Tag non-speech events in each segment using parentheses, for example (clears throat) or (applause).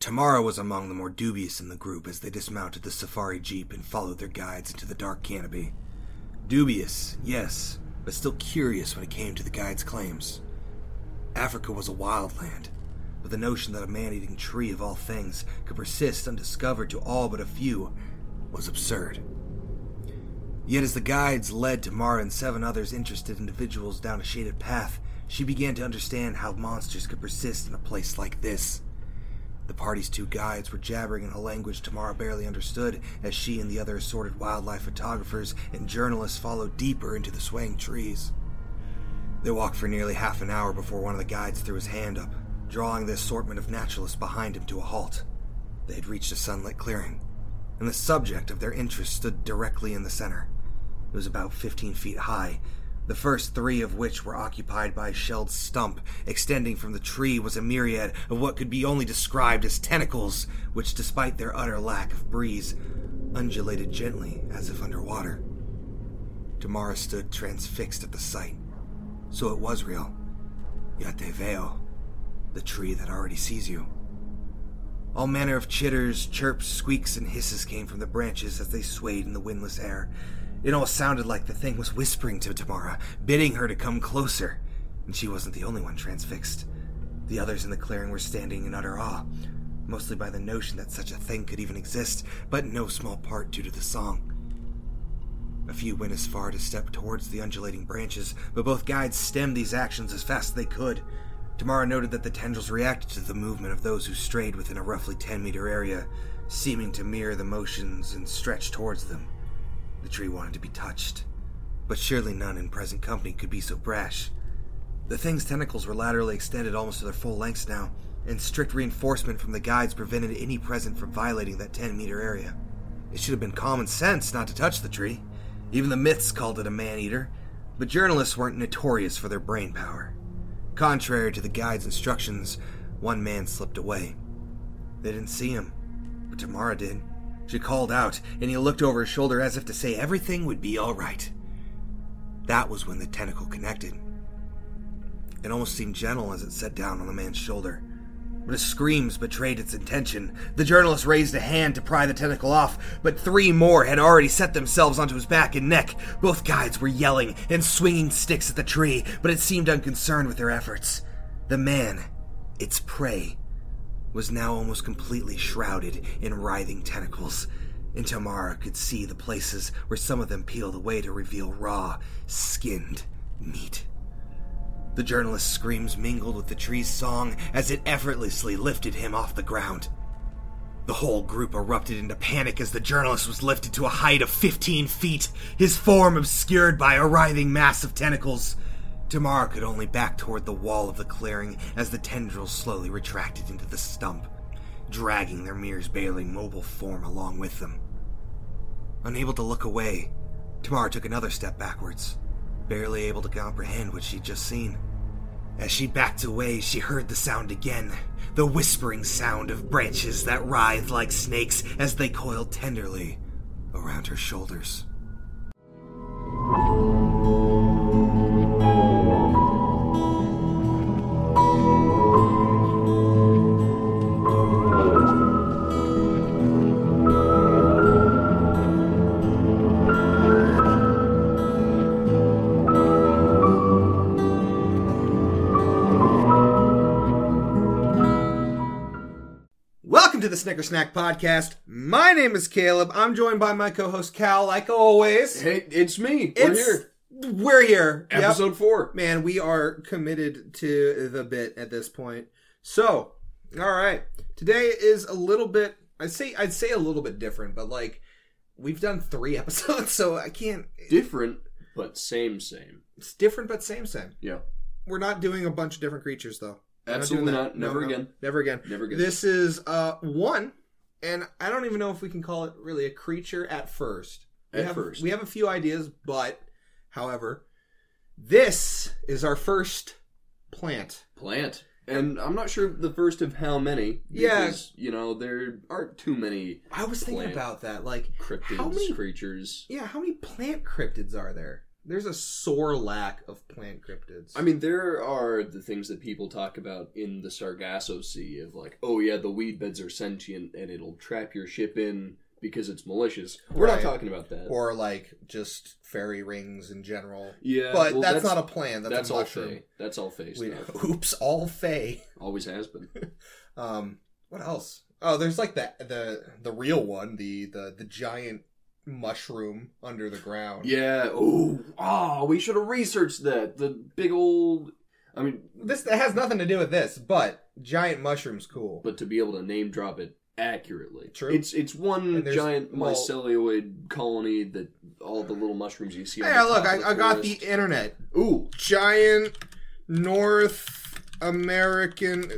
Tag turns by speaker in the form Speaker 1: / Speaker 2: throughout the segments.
Speaker 1: Tamara was among the more dubious in the group as they dismounted the safari jeep and followed their guides into the dark canopy. Dubious, yes, but still curious when it came to the guide's claims. Africa was a wild land, but the notion that a man eating tree of all things could persist undiscovered to all but a few was absurd. Yet, as the guides led Tamara and seven others interested individuals down a shaded path, she began to understand how monsters could persist in a place like this. The party's two guides were jabbering in a language Tamara barely understood as she and the other assorted wildlife photographers and journalists followed deeper into the swaying trees. They walked for nearly half an hour before one of the guides threw his hand up, drawing the assortment of naturalists behind him to a halt. They had reached a sunlit clearing, and the subject of their interest stood directly in the center. It was about 15 feet high, the first three of which were occupied by a shelled stump. Extending from the tree was a myriad of what could be only described as tentacles, which, despite their utter lack of breeze, undulated gently as if underwater. Tamara stood transfixed at the sight. So it was real. Yateveo, the tree that already sees you. All manner of chitters, chirps, squeaks, and hisses came from the branches as they swayed in the windless air. It almost sounded like the thing was whispering to Tamara, bidding her to come closer. And she wasn't the only one transfixed. The others in the clearing were standing in utter awe, mostly by the notion that such a thing could even exist, but in no small part due to the song. A few went as far to step towards the undulating branches, but both guides stemmed these actions as fast as they could. Tamara noted that the tendrils reacted to the movement of those who strayed within a roughly 10 meter area, seeming to mirror the motions and stretch towards them. The tree wanted to be touched, but surely none in present company could be so brash. The thing's tentacles were laterally extended almost to their full lengths now, and strict reinforcement from the guides prevented any present from violating that 10 meter area. It should have been common sense not to touch the tree. Even the myths called it a man eater, but journalists weren't notorious for their brain power. Contrary to the guide's instructions, one man slipped away. They didn't see him, but Tamara did. She called out, and he looked over his shoulder as if to say everything would be all right. That was when the tentacle connected. It almost seemed gentle as it set down on the man's shoulder. But his screams betrayed its intention. The journalist raised a hand to pry the tentacle off, but three more had already set themselves onto his back and neck. Both guides were yelling and swinging sticks at the tree, but it seemed unconcerned with their efforts. The man, its prey, was now almost completely shrouded in writhing tentacles, and Tamara could see the places where some of them peeled away to reveal raw, skinned meat. The journalist's screams mingled with the tree's song as it effortlessly lifted him off the ground. The whole group erupted into panic as the journalist was lifted to a height of 15 feet, his form obscured by a writhing mass of tentacles. Tamara could only back toward the wall of the clearing as the tendrils slowly retracted into the stump, dragging their mere barely mobile form along with them. Unable to look away, Tamara took another step backwards, barely able to comprehend what she'd just seen. As she backed away, she heard the sound again the whispering sound of branches that writhed like snakes as they coiled tenderly around her shoulders. Welcome to the Snicker Snack Podcast. My name is Caleb. I'm joined by my co-host Cal, like always.
Speaker 2: Hey, it's me. We're
Speaker 1: It's-
Speaker 2: here.
Speaker 1: We're here. Yep.
Speaker 2: Episode four.
Speaker 1: Man, we are committed to the bit at this point. So, all right. Today is a little bit I'd say I'd say a little bit different, but like we've done 3 (laughs) episodes, so I can't
Speaker 2: Different, but same, same.
Speaker 1: it's different but same same.
Speaker 2: Yeah.
Speaker 1: We're not doing a bunch of different creatures though. We're not
Speaker 2: Absolutely
Speaker 1: doing that.
Speaker 2: not.
Speaker 1: No,
Speaker 2: Never
Speaker 1: no.
Speaker 2: again.
Speaker 1: Never again.
Speaker 2: Never again.
Speaker 1: This is uh one, and I don't even know if we can call it really a creature at first. We
Speaker 2: At
Speaker 1: have,
Speaker 2: first.
Speaker 1: we have a few ideas, but however, this is our first plant.
Speaker 2: Plant. And I'm not sure the first of how many.
Speaker 1: Yeah.
Speaker 2: Because, you know, there aren't too many
Speaker 1: I was thinking
Speaker 2: Plant.
Speaker 1: about that, like
Speaker 2: cryptids,
Speaker 1: How many-
Speaker 2: creatures.
Speaker 1: yeah, how many plant cryptids are there? There's a sore lack of plant cryptids.
Speaker 2: I mean, there are the things that people talk about in the Sargasso Sea of like, oh yeah, the weed beds are sentient and it'll trap your ship in because it's malicious. We're
Speaker 1: Right.
Speaker 2: not talking about that.
Speaker 1: or like just fairy rings in general.
Speaker 2: yeah,
Speaker 1: but
Speaker 2: well,
Speaker 1: that's, not a plan. That's,
Speaker 2: that's
Speaker 1: a
Speaker 2: all
Speaker 1: mushroom.
Speaker 2: fae. That's all fae
Speaker 1: We-
Speaker 2: stuff.
Speaker 1: oops, all fey.
Speaker 2: Always has been.
Speaker 1: Um, what else? Oh, there's like that the the real one, the the the giant mushroom under the ground.
Speaker 2: Yeah. Oh, ah, we should have researched that. The big old. I mean,
Speaker 1: This that has nothing to do with this, but giant mushrooms cool.
Speaker 2: but to be able to name drop it accurately.
Speaker 1: True.
Speaker 2: It's it's one
Speaker 1: And there's-
Speaker 2: giant
Speaker 1: well-
Speaker 2: mycelioid colony that all the little mushrooms you see. on
Speaker 1: yeah,
Speaker 2: the
Speaker 1: look,
Speaker 2: top
Speaker 1: I,
Speaker 2: of
Speaker 1: I got the
Speaker 2: forest-
Speaker 1: internet.
Speaker 2: Ooh,
Speaker 1: Giant North American.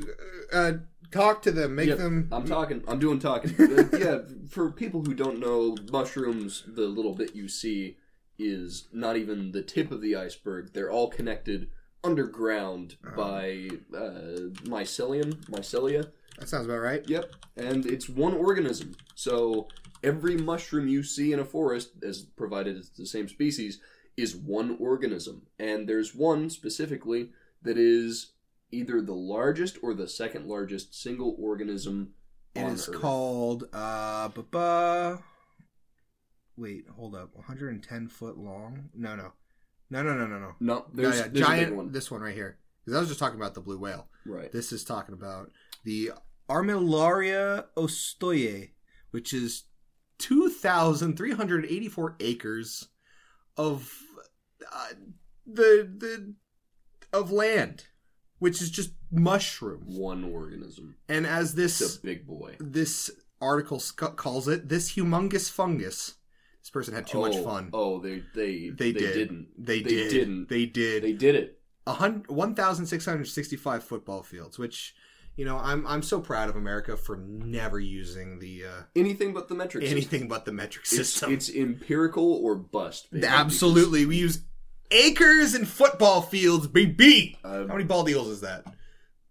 Speaker 1: Uh, talk to them. Make
Speaker 2: Yep,
Speaker 1: them.
Speaker 2: I'm talking. I'm
Speaker 1: (laughs)
Speaker 2: doing talking. Uh, yeah, for people who don't know, mushrooms, the little bit you see is not even the tip of the iceberg. They're all connected underground
Speaker 1: Oh.
Speaker 2: by uh, mycelium, mycelia.
Speaker 1: that sounds about right.
Speaker 2: Yep, and it's one organism. So every mushroom you see in a forest, as provided it's the same species, is one organism. And there's one specifically that is either the largest or the second largest single organism
Speaker 1: It
Speaker 2: on
Speaker 1: is
Speaker 2: Earth.
Speaker 1: called uh ba Wait, hold up. 110 foot long? No, no. No, no, no, no, no.
Speaker 2: no, there's,
Speaker 1: Yeah, yeah,
Speaker 2: there's
Speaker 1: giant
Speaker 2: a big one.
Speaker 1: this one right here. Cuz I was just talking about the blue whale.
Speaker 2: Right.
Speaker 1: This is talking about the Armillaria ostoye, which is 2384 acres of uh, the the of land, which is just mushrooms.
Speaker 2: One organism.
Speaker 1: And as this
Speaker 2: It's a big boy.
Speaker 1: this article sc- calls it this humongous fungus. This person had too much
Speaker 2: Oh,
Speaker 1: fun.
Speaker 2: Oh, they they
Speaker 1: they, did.
Speaker 2: didn't.
Speaker 1: They,
Speaker 2: They
Speaker 1: did.
Speaker 2: didn't.
Speaker 1: They did.
Speaker 2: They did it.
Speaker 1: A hun- 1,665 football fields, which, you know, I'm I'm so proud of America for never using the uh,
Speaker 2: Anything but the metric system.
Speaker 1: anything but the metric
Speaker 2: It's-
Speaker 1: system.
Speaker 2: It's, empirical or bust. baby,
Speaker 1: Absolutely, we use acres and football fields, baby.
Speaker 2: because, uh,
Speaker 1: How many bald eagles is that?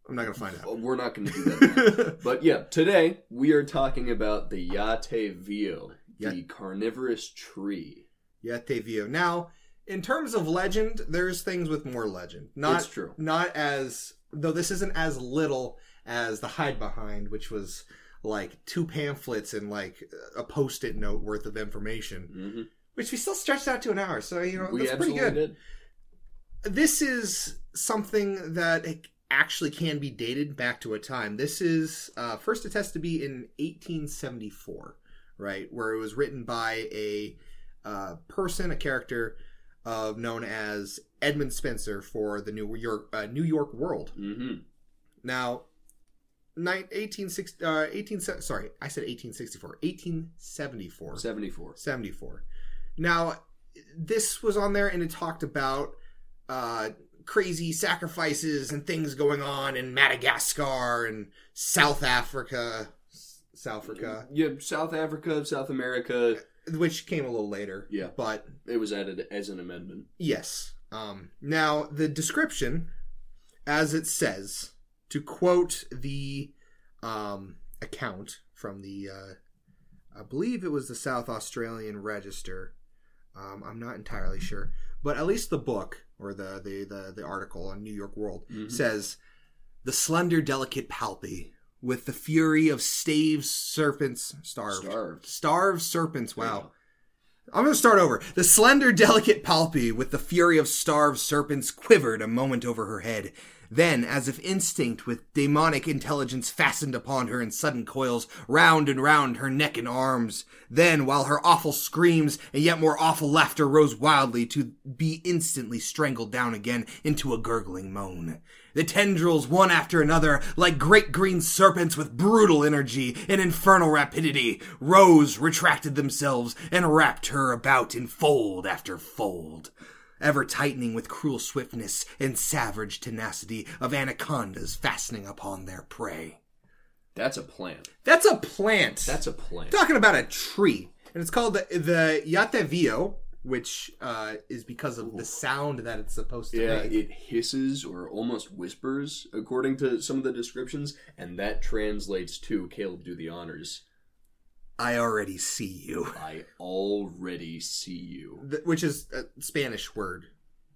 Speaker 1: I'm not gonna find
Speaker 2: (laughs) Well, We're not going to
Speaker 1: (laughs)
Speaker 2: do that.
Speaker 1: out.
Speaker 2: but yeah, today we are talking about the Yate Vio, the carnivorous tree.
Speaker 1: (laughs) Yatevio. Now, in terms of legend, there's things with more legend. Not
Speaker 2: it's true.
Speaker 1: not as though this isn't as little as the hide behind which was like two pamphlets and like a post-it note worth of information
Speaker 2: hmm
Speaker 1: which we still stretched out to an hour so you know
Speaker 2: we
Speaker 1: that's pretty
Speaker 2: absolutely
Speaker 1: good
Speaker 2: did.
Speaker 1: this is something that actually can be dated back to a time this is uh, first attest to be in 1874 right where it was written by a uh, person a character uh, known as edmund spencer for the new york uh, new york world
Speaker 2: hmm
Speaker 1: now, nine- 1860, uh, 18, se- sorry, I said 1864, 1874,
Speaker 2: 74.
Speaker 1: 74. Now, this was on there and it talked about uh, crazy sacrifices and things going on in Madagascar and South Africa, S- South Africa,
Speaker 2: Yeah, South Africa, South America.
Speaker 1: which came a little later.
Speaker 2: Yeah.
Speaker 1: But
Speaker 2: It was added as an amendment.
Speaker 1: Yes. Um, now, the description, as it says, to quote the um, account from the, uh, I believe it was the South Australian Register. Um, I'm not entirely sure, but at least the book or the the the, the article on New York World
Speaker 2: Mhm.
Speaker 1: says the slender, delicate palpi with the fury of staves serpents starved
Speaker 2: Starved.
Speaker 1: starved serpents. Wow. I'm going to start over. The slender, delicate palpi, with the fury of starved serpents, quivered a moment over her head. Then, as if instinct with demonic intelligence fastened upon her in sudden coils, round and round her neck and arms. Then, while her awful screams and yet more awful laughter rose wildly to be instantly strangled down again into a gurgling moan. The tendrils, one after another, like great green serpents with brutal energy and infernal rapidity, rose, retracted themselves, and wrapped her about in fold after fold. Ever tightening with cruel swiftness and savage tenacity of anacondas fastening upon their prey.
Speaker 2: That's a plant.
Speaker 1: That's a plant.
Speaker 2: That's a plant.
Speaker 1: talking about a tree. And it's called the, the Yatevio, which uh, is because of the sound that it's supposed to
Speaker 2: Yeah,
Speaker 1: make.
Speaker 2: it hisses or almost whispers, according to some of the descriptions, and that translates to Caleb do the honors.
Speaker 1: I already see you.
Speaker 2: I already see you.
Speaker 1: Th- Which is a Spanish word.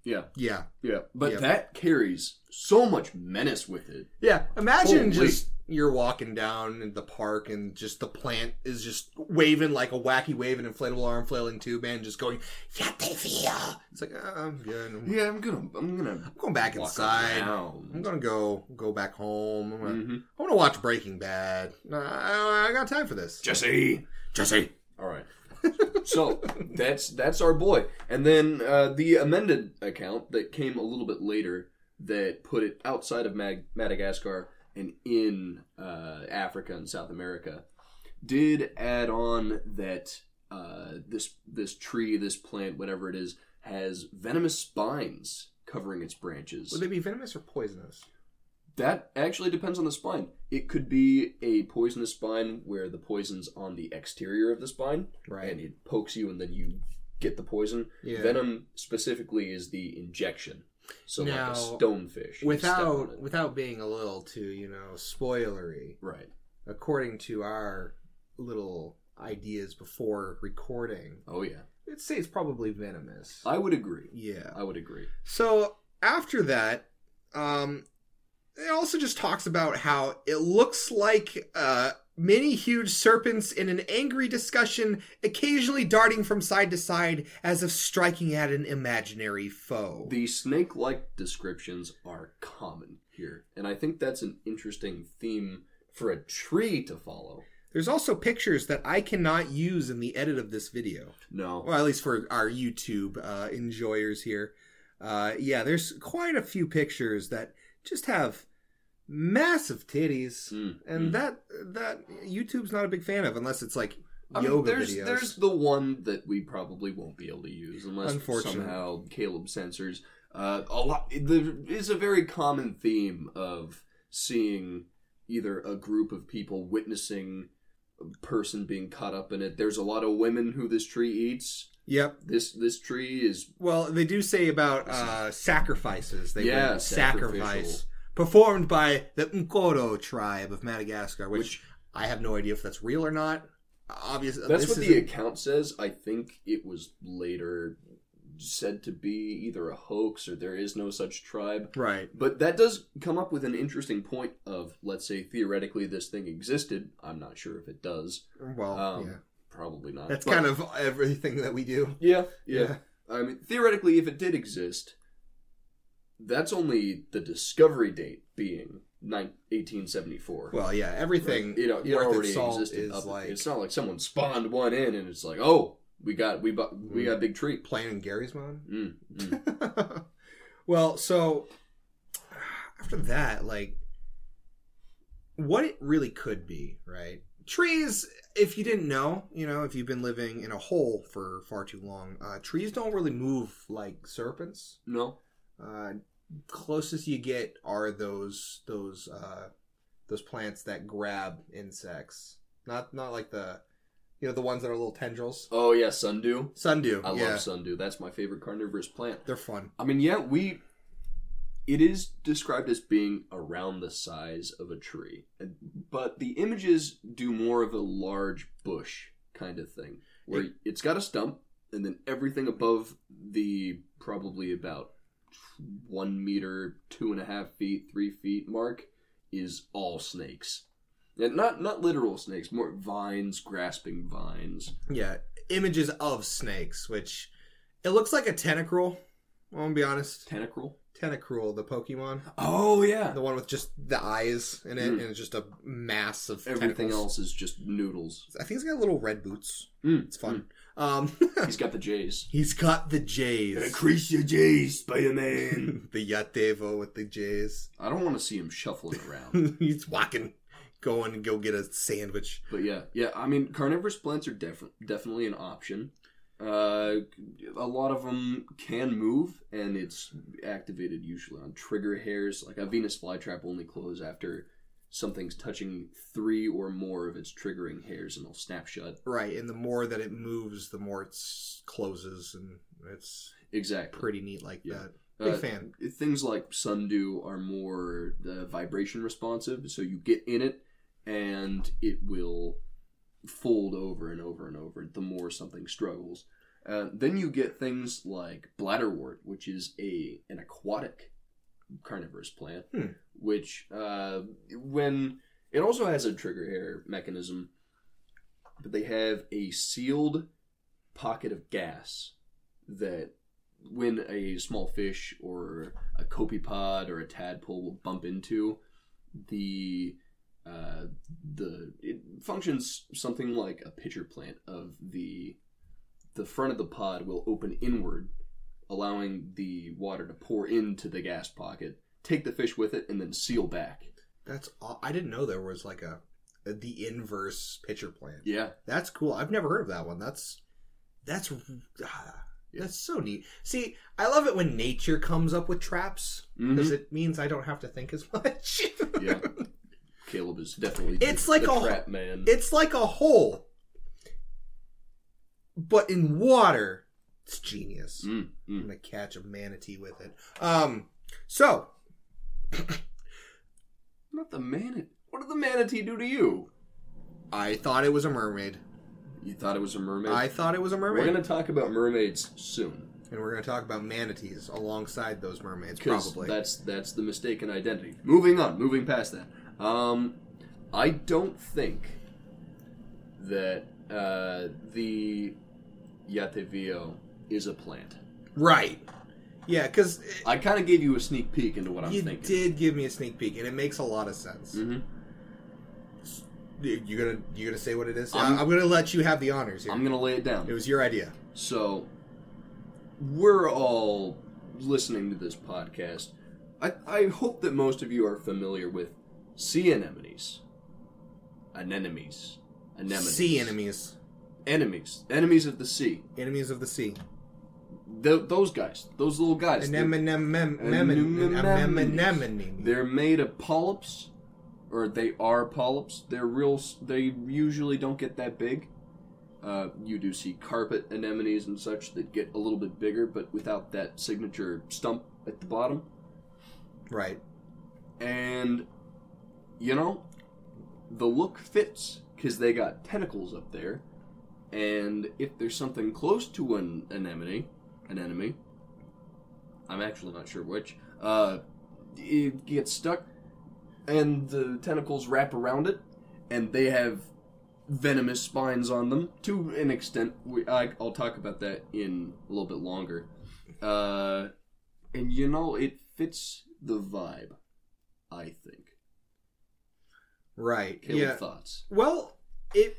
Speaker 2: Yeah,
Speaker 1: Yeah.
Speaker 2: yeah. But
Speaker 1: Yeah.
Speaker 2: that carries so much menace with it.
Speaker 1: Yeah. Imagine
Speaker 2: Holy.
Speaker 1: just you're walking down in the park and just the plant is just waving like a wacky wave, an inflatable arm flailing tube, and just going, Yatifia. It's like, uh I'm good. I'm
Speaker 2: Yeah, I'm gonna, I'm gonna
Speaker 1: going back
Speaker 2: walk
Speaker 1: inside.
Speaker 2: around.
Speaker 1: I'm gonna go go back home. I'm gonna,
Speaker 2: Mhm.
Speaker 1: I want to watch Breaking Bad. Nah, I, I got time for this.
Speaker 2: Jesse.
Speaker 1: Jesse.
Speaker 2: All right. so that's that's our boy. And then uh, the amended account that came a little bit later that put it outside of Mag- Madagascar and in uh, Africa and South America did add on that uh, this this tree, this plant, whatever it is, has venomous spines covering its branches.
Speaker 1: Would they be venomous or poisonous?
Speaker 2: That actually depends on the spine. It could be a poisonous spine where the poison's on the exterior of the spine,
Speaker 1: Right.
Speaker 2: And it pokes you, and then you get the poison.
Speaker 1: Yeah.
Speaker 2: Venom specifically is the injection, so
Speaker 1: Now,
Speaker 2: like a stonefish. you step on
Speaker 1: Without
Speaker 2: it.
Speaker 1: without being a little too, you know, spoilery.
Speaker 2: right.
Speaker 1: According to our little ideas before recording,
Speaker 2: Oh yeah,
Speaker 1: I'd say it's probably venomous.
Speaker 2: I would agree.
Speaker 1: yeah.
Speaker 2: I would agree.
Speaker 1: So after that, um, it also just talks about how it looks like uh, many huge serpents in an angry discussion, occasionally darting from side to side as if striking at an imaginary foe.
Speaker 2: The snake-like descriptions are common here, and I think that's an interesting theme for a tree to follow.
Speaker 1: There's also pictures that I cannot use in the edit of this video.
Speaker 2: No,
Speaker 1: Well, at least for our YouTube uh, enjoyers here. Uh, yeah, there's quite a few pictures that just have massive titties.
Speaker 2: Mm,
Speaker 1: and
Speaker 2: mm.
Speaker 1: that that YouTube's not a big fan of unless it's like
Speaker 2: I mean,
Speaker 1: yoga
Speaker 2: there's,
Speaker 1: videos.
Speaker 2: There's the one that we probably won't be able to use unless
Speaker 1: Unfortunate.
Speaker 2: somehow Caleb censors. Uh, a lot there is a very common theme of seeing either a group of people witnessing a person being caught up in it. There's a lot of women who this tree eats.
Speaker 1: Yep.
Speaker 2: This this tree is
Speaker 1: Well, they do say about uh, sacrifices. They
Speaker 2: Yeah,
Speaker 1: would
Speaker 2: sacrificial.
Speaker 1: sacrifice performed by the Nkoro tribe of Madagascar, which, I have no idea if that's real or not. Obviously,
Speaker 2: that's
Speaker 1: this
Speaker 2: what
Speaker 1: isn't-
Speaker 2: the account says. I think it was later said to be either a hoax or there is no such tribe.
Speaker 1: right.
Speaker 2: But that does come up with an interesting point of let's say theoretically this thing existed. I'm not sure if it does.
Speaker 1: Well,
Speaker 2: Um,
Speaker 1: Oh, yeah.
Speaker 2: Probably not.
Speaker 1: that's
Speaker 2: But-
Speaker 1: kind of everything that we do.
Speaker 2: yeah, yeah, I mean, theoretically, if it did exist, that's only the discovery date being nine- 1874.
Speaker 1: Well, yeah, everything
Speaker 2: it, it
Speaker 1: worth
Speaker 2: already
Speaker 1: its salt
Speaker 2: existed.
Speaker 1: is
Speaker 2: up-
Speaker 1: like
Speaker 2: it's not like someone spawned one in and it's like, oh, we got we bu- we
Speaker 1: Mm.
Speaker 2: got a big tree.
Speaker 1: playing in Gary's mom.
Speaker 2: Mm, mm.
Speaker 1: (laughs) well, so (sighs) after that, like, what it really could be, right? Trees, if you didn't know, you know, if you've been living in a hole for far too long, uh, trees don't really move like serpents.
Speaker 2: no,
Speaker 1: Uh, closest you get are those those uh, those plants that grab insects. Not not like the you know the ones that are little tendrils.
Speaker 2: oh yeah, sundew.
Speaker 1: Sundew.
Speaker 2: I
Speaker 1: yeah,
Speaker 2: love sundew. That's my favorite carnivorous plant.
Speaker 1: they're fun.
Speaker 2: I mean, yeah, we. It is described as being around the size of a tree, and- but the images do more of a large bush kind of thing, where it, has got a stump, and then everything above the probably about one meter, two and a half feet, three feet mark is all snakes, and not not literal snakes, more vines, grasping vines.
Speaker 1: Yeah, images of snakes, which it looks like a tentacruel. I'm gonna be honest.
Speaker 2: Tentacruel.
Speaker 1: Tentacruel, the Pokemon,
Speaker 2: Oh yeah.
Speaker 1: the one with just the eyes in it,
Speaker 2: Mm.
Speaker 1: and it's just a mass of
Speaker 2: Everything
Speaker 1: tentacles.
Speaker 2: else is just noodles.
Speaker 1: I think he's got little red boots.
Speaker 2: Mm,
Speaker 1: It's fun. Um, (laughs)
Speaker 2: He's got the J's.
Speaker 1: he's got the J's,
Speaker 2: Increase your J's,
Speaker 1: (laughs)
Speaker 2: Spider Man.
Speaker 1: (clears throat) the Yatevo with the J's.
Speaker 2: I don't want to see him shuffling around.
Speaker 1: (laughs) he's walking, going to go get a sandwich.
Speaker 2: but yeah, yeah. I mean, carnivorous plants are def- definitely an option. Uh, a lot of them can move, and it's activated usually on trigger hairs. Like a Venus flytrap only close after something's touching three or more of its triggering hairs, and it'll snap shut.
Speaker 1: Right, and the more that it moves, the more it s- closes, and it's
Speaker 2: Exactly.
Speaker 1: pretty neat like
Speaker 2: Yeah.
Speaker 1: that. Big
Speaker 2: Uh,
Speaker 1: fan.
Speaker 2: things like sundew are more uh, vibration responsive so you get in it and it will fooled over and over and over the more something struggles. Uh, then you get things like bladderwort, which is a an aquatic carnivorous plant,
Speaker 3: Hmm.
Speaker 2: which uh, when it also has a trigger hair mechanism, but they have a sealed pocket of gas that when a small fish or a copepod or a tadpole will bump into, the uh, the it functions something like a pitcher plant of the the front of the pod will open inward, allowing the water to pour into the gas pocket, take the fish with it, and then seal back.
Speaker 1: That's all. I didn't know there was like a the inverse pitcher plant.
Speaker 2: Yeah,
Speaker 1: That's cool. I've never heard of that one. That's that's ah, that's so neat. See, I love it when nature comes up with traps because
Speaker 2: Mhm.
Speaker 1: it means I don't have to think as (laughs) much.
Speaker 2: (laughs) yeah. Caleb is definitely
Speaker 1: It's like
Speaker 2: the
Speaker 1: a-
Speaker 2: trap man.
Speaker 1: it's like a hole, but in water. It's genius.
Speaker 2: Mm, mm.
Speaker 1: I'm gonna catch a manatee with it. Um. So
Speaker 2: Not the manatee. What did the manatee do to you?
Speaker 1: I thought it was a mermaid.
Speaker 2: You thought it was a mermaid.
Speaker 1: I thought it was a mermaid,
Speaker 2: We're gonna talk about mermaids soon.
Speaker 1: and we're gonna talk about manatees alongside those mermaids,
Speaker 2: 'cause
Speaker 1: probably.
Speaker 2: that's that's the mistaken identity. Moving on, moving past that. Um, I don't think that uh, the Yatevio is a plant.
Speaker 1: Right. Yeah, because
Speaker 2: I kind of gave you a sneak peek into what I'm
Speaker 1: you
Speaker 2: thinking.
Speaker 1: did give me a sneak peek, and it makes a lot of sense.
Speaker 2: Mhm.
Speaker 1: You- You gonna you gonna say what it is?
Speaker 2: I'm-
Speaker 1: I'm, I'm gonna let you have the honors here.
Speaker 2: I'm gonna lay it down.
Speaker 1: it was your idea.
Speaker 2: So, we're all listening to this podcast. I, I hope that most of you are familiar with sea anemones, anemones, anemones,
Speaker 1: Sea enemies,
Speaker 2: enemies, enemies of the sea.
Speaker 1: enemies of the sea.
Speaker 2: Th- those guys, those little guys.
Speaker 1: Anemone, anemone,
Speaker 2: Anemones.
Speaker 1: anemone, anemone.
Speaker 2: They're made of polyps, or they are polyps. They're real. s- They usually don't get that big. Uh, you do see carpet anemones and such that get a little bit bigger, but without that signature stump at the bottom.
Speaker 1: Right.
Speaker 2: And you know, the look fits because they got tentacles up there, and if there's something close to an anemone, an enemy, I'm actually not sure which, uh, it gets stuck, and the tentacles wrap around it, and they have venomous spines on them to an extent. We, I, I'll talk about that in a little bit longer. Uh, and you know, it fits the vibe. I think.
Speaker 1: Right.
Speaker 2: Caleb,
Speaker 1: yeah. (laughs)
Speaker 2: thoughts?
Speaker 1: Well, it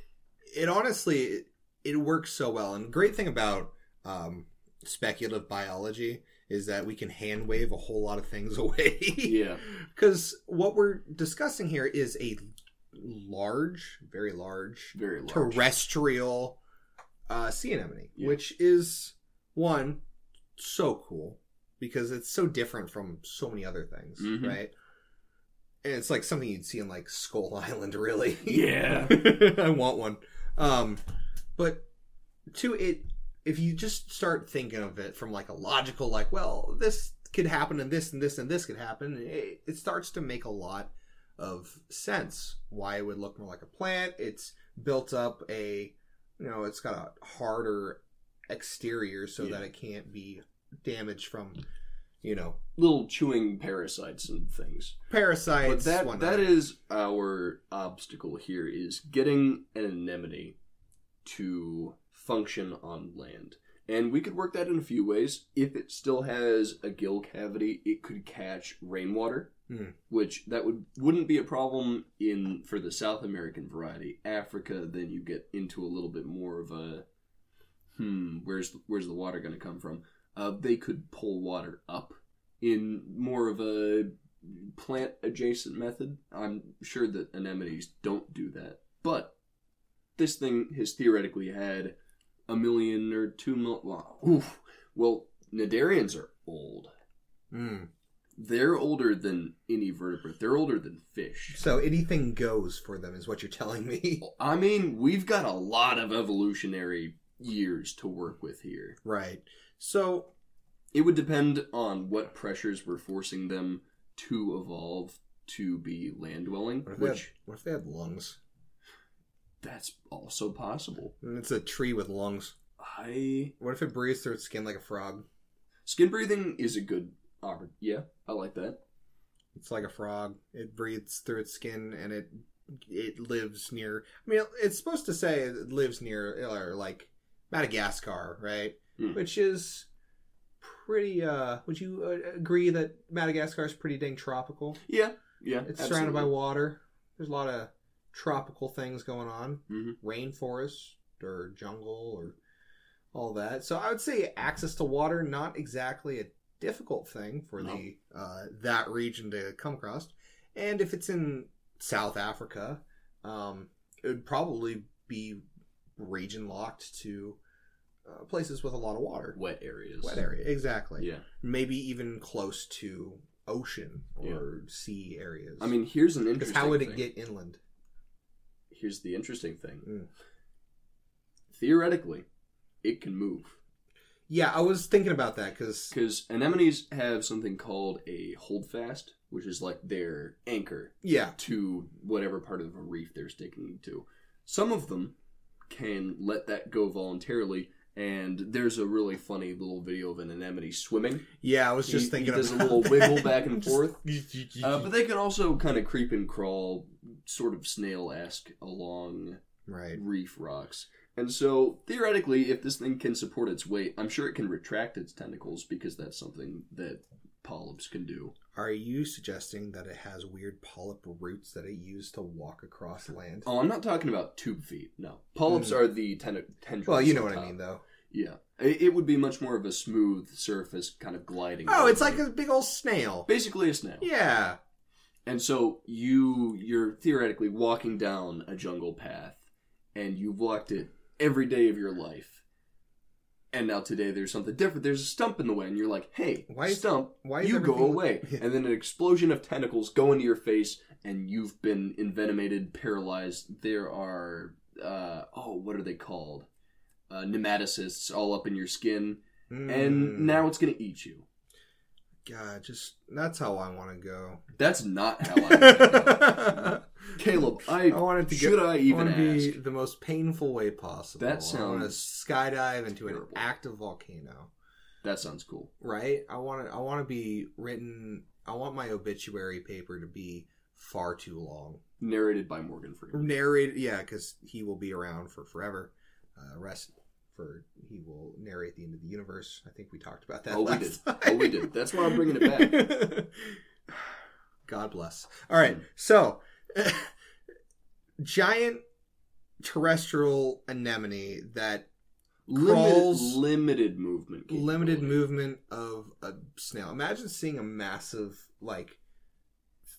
Speaker 1: it honestly it, it works so well, and the great thing about um, speculative biology is that we can hand wave a whole lot of things (laughs) away.
Speaker 2: Yeah.
Speaker 1: Because what we're discussing here is a large, very large,
Speaker 2: Very large.
Speaker 1: terrestrial uh, sea anemone,
Speaker 2: Yeah.
Speaker 1: which is one so cool because it's so different from so many other things,
Speaker 2: Mhm.
Speaker 1: right? And it's like something you'd see in like Skull (laughs) Island, really.
Speaker 2: Yeah.
Speaker 1: (laughs) I want one. Um, but two, it if you just start thinking of it from like a logical, like, well, this could happen and this and this and this could happen, it, it starts to make a lot of sense why it would look more like a plant. It's built up a, you know, it's got a harder exterior so
Speaker 2: Yeah.
Speaker 1: that it can't be damaged from, you know,
Speaker 2: Little chewing parasites and things. But
Speaker 1: parasites.
Speaker 2: that
Speaker 1: whatnot.
Speaker 2: that is our obstacle here is getting an anemone to function on land. And we could work that in a few ways. If it still has a gill cavity, it could catch rainwater,
Speaker 1: Hmm.
Speaker 2: which that would wouldn't be a problem in for the South American variety. Africa, then you get into a little bit more of a hmm, where's where's the water going to come from? Uh, they could pull water up in more of a plant adjacent method. I'm sure that anemones don't do that, but this thing has theoretically had a million or two million. Well, oof. well, cnidarians are old.
Speaker 1: Mm.
Speaker 2: They're older than any vertebrate. They're older than fish.
Speaker 1: So anything goes for them is what you're telling me, (laughs)
Speaker 2: I mean, we've got a lot of evolutionary years to work with here.
Speaker 1: right? So
Speaker 2: It would depend on what pressures were forcing them to evolve to be land dwelling,
Speaker 1: What if, they
Speaker 2: which
Speaker 1: had, what if they had lungs?
Speaker 2: That's also possible.
Speaker 1: And It's a tree with lungs.
Speaker 2: I
Speaker 1: What if it breathes through its skin like a frog?
Speaker 2: skin breathing is a good oppor- Yeah, I like that.
Speaker 1: It's like a frog. It breathes through its skin and it it lives near. I mean, it's supposed to say it lives near or like Madagascar, right?
Speaker 2: Hmm.
Speaker 1: Which is pretty. uh Would you uh, agree that Madagascar is pretty dang tropical?
Speaker 2: Yeah, yeah.
Speaker 1: It's surrounded by water. There's a lot of tropical things going on,
Speaker 2: Mhm.
Speaker 1: rainforest or jungle or all that. So I would say access to water not exactly a difficult thing for
Speaker 2: No.
Speaker 1: the uh, that region to come across. And if it's in South Africa, um, it would probably be region locked to uh, places with a lot of water,
Speaker 2: wet areas.
Speaker 1: wet area, exactly.
Speaker 2: Yeah.
Speaker 1: Maybe even close to ocean or sea areas.
Speaker 2: I mean, here's an
Speaker 1: Because
Speaker 2: interesting.
Speaker 1: how would
Speaker 2: thing.
Speaker 1: it get inland?
Speaker 2: Here's the interesting thing.
Speaker 1: Mm.
Speaker 2: Theoretically, it can move
Speaker 1: Yeah, I was thinking about that because
Speaker 2: because anemones have something called a holdfast, which is like their anchor
Speaker 1: yeah,
Speaker 2: to whatever part of a reef they're sticking to. Some of them can let that go voluntarily, and there's a really funny little video of an anemone swimming.
Speaker 1: yeah, I was just
Speaker 2: He-
Speaker 1: thinking
Speaker 2: he does a
Speaker 1: about
Speaker 2: little
Speaker 1: that. (laughs)
Speaker 2: wiggle back and forth.
Speaker 1: Just-
Speaker 2: Uh, but they can also kind of creep and crawl, sort of snail esque, along
Speaker 1: right,
Speaker 2: reef rocks. And so, theoretically, if this thing can support its weight, I'm sure it can retract its tentacles because that's something that polyps can do.
Speaker 1: are you suggesting that it has weird polyp roots that it used to walk across land?
Speaker 2: Oh, I'm not talking about tube feet. No, polyps
Speaker 1: Mm.
Speaker 2: are the ten- tendrils.
Speaker 1: well, you know
Speaker 2: on
Speaker 1: what I
Speaker 2: top.
Speaker 1: mean, though.
Speaker 2: Yeah, it, it would be much more of a smooth surface, kind of gliding.
Speaker 1: Oh, it's
Speaker 2: over.
Speaker 1: like a big old snail.
Speaker 2: basically a snail.
Speaker 1: Yeah,
Speaker 2: And so you you're theoretically walking down a jungle path and you've walked it every day of your life. And now today there's something different. There's a stump in the way and you're like, "Hey,
Speaker 1: Why is-
Speaker 2: stump,
Speaker 1: why is
Speaker 2: you go
Speaker 1: everything- (laughs)
Speaker 2: away."
Speaker 1: Yeah.
Speaker 2: And then an explosion of tentacles go into your face and you've been envenomated, paralyzed. There are uh oh, what are they called? Uh, nematocysts all up in your skin and
Speaker 1: Mm.
Speaker 2: now it's going to eat you.
Speaker 1: God, just that's how I want to go.
Speaker 2: That's not how I
Speaker 1: (laughs)
Speaker 2: would
Speaker 1: I
Speaker 2: go.
Speaker 1: (laughs)
Speaker 2: Caleb, I,
Speaker 1: wanted to
Speaker 2: should
Speaker 1: go.
Speaker 2: I
Speaker 1: I
Speaker 2: even
Speaker 1: want to
Speaker 2: ask?
Speaker 1: be the most painful way possible.
Speaker 2: That
Speaker 1: I want to
Speaker 2: sounds
Speaker 1: skydive into an
Speaker 2: terrible.
Speaker 1: active volcano.
Speaker 2: That sounds cool.
Speaker 1: right? I want to. I want to be written. I want my obituary paper to be far too long.
Speaker 2: Narrated by Morgan Freeman.
Speaker 1: Narrate, yeah, because he will be around for forever. Uh, rest for he will narrate the end of the universe. I think we talked about that.
Speaker 2: Oh, we
Speaker 1: last
Speaker 2: did. Oh, we did. That's why I'm bringing it back. Hmm.
Speaker 1: back. (laughs) God bless. All right, so (laughs) giant terrestrial anemone that
Speaker 2: Limited,
Speaker 1: Crawls-
Speaker 2: limited movement. capability.
Speaker 1: limited movement of a snail. Imagine seeing a massive, like,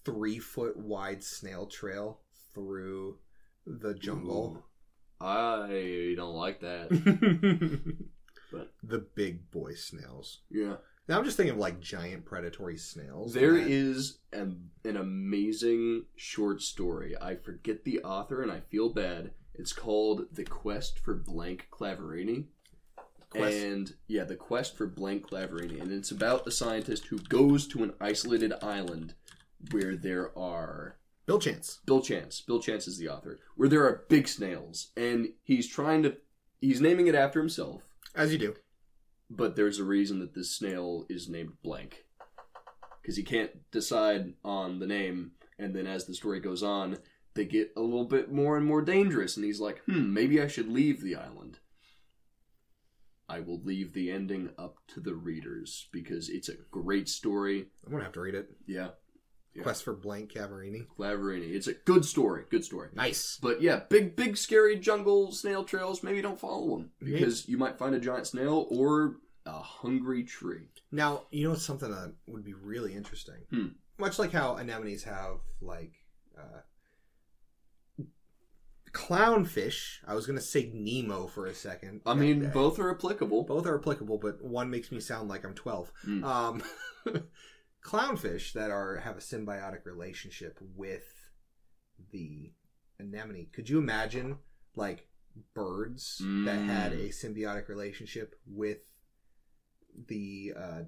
Speaker 1: three foot wide snail trail through the jungle.
Speaker 2: Ooh. I don't
Speaker 1: (laughs)
Speaker 2: like that. (laughs) But-
Speaker 1: the big boy snails.
Speaker 2: yeah.
Speaker 1: Now I'm just thinking of like giant predatory snails.
Speaker 2: There
Speaker 1: that-
Speaker 2: is an, an amazing short story. I forget the author and I feel bad. It's called The Quest for Blank Claverini.
Speaker 1: Quest-
Speaker 2: And yeah, The Quest for Blank Claverini. And it's about a scientist who goes to an isolated island where there are
Speaker 1: Bill Chance.
Speaker 2: Bill Chance. Bill Chance is the author. Where there are big snails, and he's trying to. He's naming it after himself,
Speaker 1: As you do.
Speaker 2: but there's a reason that this snail is named blank, because he can't decide on the name. And then as the story goes on, they get a little bit more and more dangerous, and he's like, "Hmm, maybe I should leave the island." I will leave the ending up to the readers because it's a great story.
Speaker 1: I'm gonna have to read it.
Speaker 2: Yeah, Yeah.
Speaker 1: Quest for Blank Cavarini.
Speaker 2: Claverini. It's a good story. Good story.
Speaker 1: Nice.
Speaker 2: But yeah, big, big, scary jungle snail trails. Maybe don't follow them because you might find a giant snail or a hungry tree.
Speaker 1: Now, you know something that would be really interesting?
Speaker 2: Hmm.
Speaker 1: Much like how anemones have, like, uh, clownfish. I was going to say Nemo for a second.
Speaker 2: I mean,
Speaker 1: And, uh,
Speaker 2: both are applicable.
Speaker 1: both are applicable, but one makes me sound like I'm 12.
Speaker 2: Hmm.
Speaker 1: Um, (laughs) clownfish that are have a symbiotic relationship with the anemone. Could you imagine, like, birds that
Speaker 2: Mm.
Speaker 1: had a symbiotic relationship with the, uh,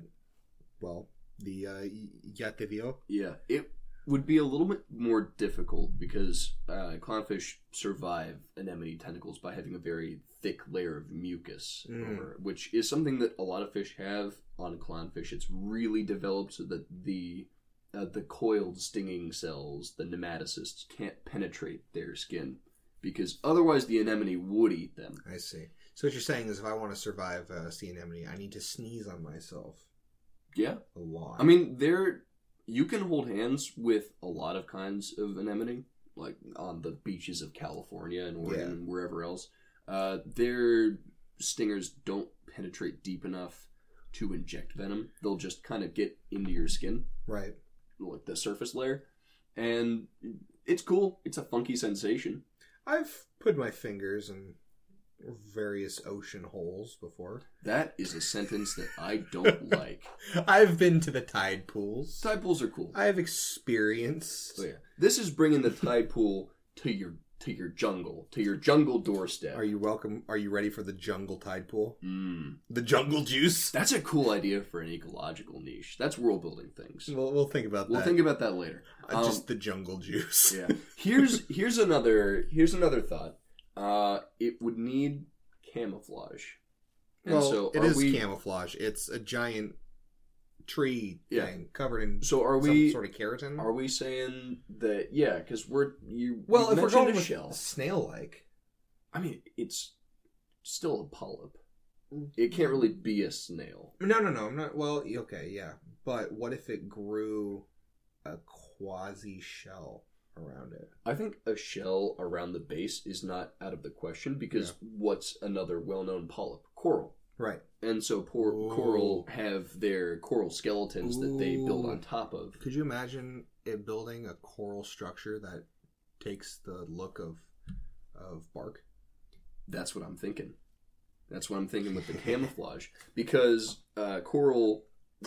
Speaker 1: well, the uh, y- Yativio?
Speaker 2: Yeah, it would be a little bit more difficult because uh, clownfish survive anemone tentacles by having a very thick layer of mucus,
Speaker 1: Mm.
Speaker 2: over it, which is something that a lot of fish have on clownfish. It's really developed so that the uh, the coiled stinging cells, the nematocysts, can't penetrate their skin because otherwise the anemone would eat them.
Speaker 1: I see. So what you're saying is, if I want to survive uh, sea anemone, I need to sneeze on myself
Speaker 2: Yeah,
Speaker 1: a lot.
Speaker 2: I mean there you can hold hands with a lot of kinds of anemone, like on the beaches of California and Oregon
Speaker 1: Yeah.
Speaker 2: and wherever else. Uh, their stingers don't penetrate deep enough to inject venom. They'll just kind of get into your skin,
Speaker 1: right?
Speaker 2: like the surface layer, and it's cool. It's a funky sensation.
Speaker 1: I've put my fingers in various ocean holes before.
Speaker 2: That is a sentence that I
Speaker 1: (laughs)
Speaker 2: don't like.
Speaker 1: I've been to the tide pools.
Speaker 2: Tide pools are cool.
Speaker 1: I've experienced.
Speaker 2: So yeah, this is bringing the tide pool to your to your jungle, to your jungle doorstep.
Speaker 1: Are you welcome? Are you ready for the jungle tide pool?
Speaker 2: Mm.
Speaker 1: The jungle juice.
Speaker 2: That's a cool idea for an ecological niche. That's world building things.
Speaker 1: We'll, we'll think about
Speaker 2: We'll
Speaker 1: that.
Speaker 2: think about that later.
Speaker 1: Uh,
Speaker 2: um,
Speaker 1: just the jungle (laughs) juice.
Speaker 2: Yeah. (laughs) Here's here's another here's another thought. Uh, it would need camouflage. And
Speaker 1: well,
Speaker 2: so
Speaker 1: it
Speaker 2: are
Speaker 1: is
Speaker 2: we-
Speaker 1: camouflage. It's a giant tree
Speaker 2: Yeah.
Speaker 1: thing covered in
Speaker 2: So are
Speaker 1: some
Speaker 2: we
Speaker 1: sort of keratin.
Speaker 2: are we saying that yeah? Because we're you.
Speaker 1: well,
Speaker 2: you
Speaker 1: if we're
Speaker 2: mentioned
Speaker 1: going
Speaker 2: a
Speaker 1: with
Speaker 2: shell,
Speaker 1: snail-like,
Speaker 2: I mean it's still a polyp. It can't really be a snail.
Speaker 1: No, no, no. I'm not. Well, okay, yeah. But what if it grew a quasi shell around it?
Speaker 2: I think a shell around the base is not out of the question because what's another well-known polyp? Coral.
Speaker 1: Right.
Speaker 2: And so por-
Speaker 1: Ooh.
Speaker 2: coral have their coral skeletons that they build
Speaker 1: Ooh.
Speaker 2: on top of.
Speaker 1: Could you imagine it building a coral structure that takes the look of of bark?
Speaker 2: That's what I'm thinking. That's what I'm thinking with
Speaker 1: (laughs)
Speaker 2: the camouflage because uh, coral,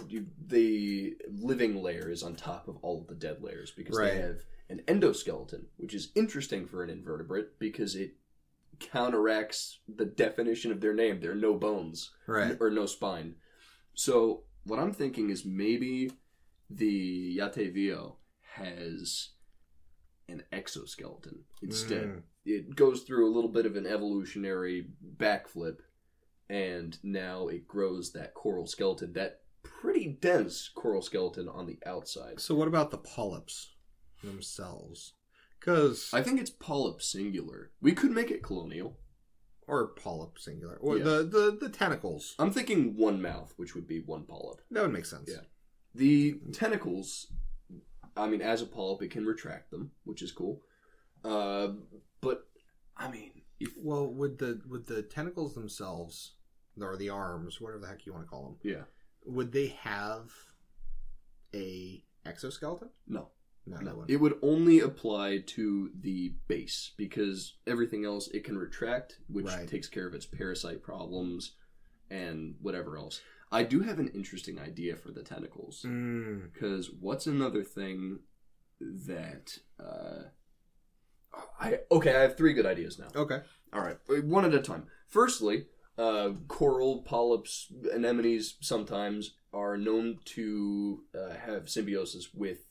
Speaker 2: you- the living layer is on top of all of the dead layers because
Speaker 1: Right.
Speaker 2: they have an endoskeleton, which is interesting for an invertebrate because it counteracts the definition of their name. There are no bones. or no spine. So what I'm thinking is maybe the Yatevio has an exoskeleton instead.
Speaker 1: Mm.
Speaker 2: It goes through a little bit of an evolutionary backflip, and now it grows that coral skeleton, that pretty dense coral skeleton on the outside.
Speaker 1: Mm. So what about the polyps themselves? Because
Speaker 2: I think it's polyp singular. We could make it colonial.
Speaker 1: or polyp singular or
Speaker 2: Yeah.
Speaker 1: the, the the tentacles
Speaker 2: I'm thinking one mouth, which would be one polyp.
Speaker 1: that would make sense.
Speaker 2: Yeah. The tentacles, I mean, as a polyp, it can retract them, which is cool. Uh, but I mean, if
Speaker 1: Well, would the would the tentacles themselves or the arms, whatever the heck you want to call them,
Speaker 2: yeah,
Speaker 1: would they have a exoskeleton?
Speaker 2: no,
Speaker 1: No,
Speaker 2: no,
Speaker 1: wouldn't.
Speaker 2: it would only apply to the base because everything else it can retract, which
Speaker 1: Right.
Speaker 2: takes care of its parasite problems and whatever else. I do have an interesting idea for the tentacles.
Speaker 1: Mm,
Speaker 2: Because what's another thing that uh, oh, I okay? I have three good ideas now.
Speaker 1: okay.
Speaker 2: All right, uh, one at a time. Firstly, uh, coral, polyps, anemones sometimes are known to uh, have symbiosis with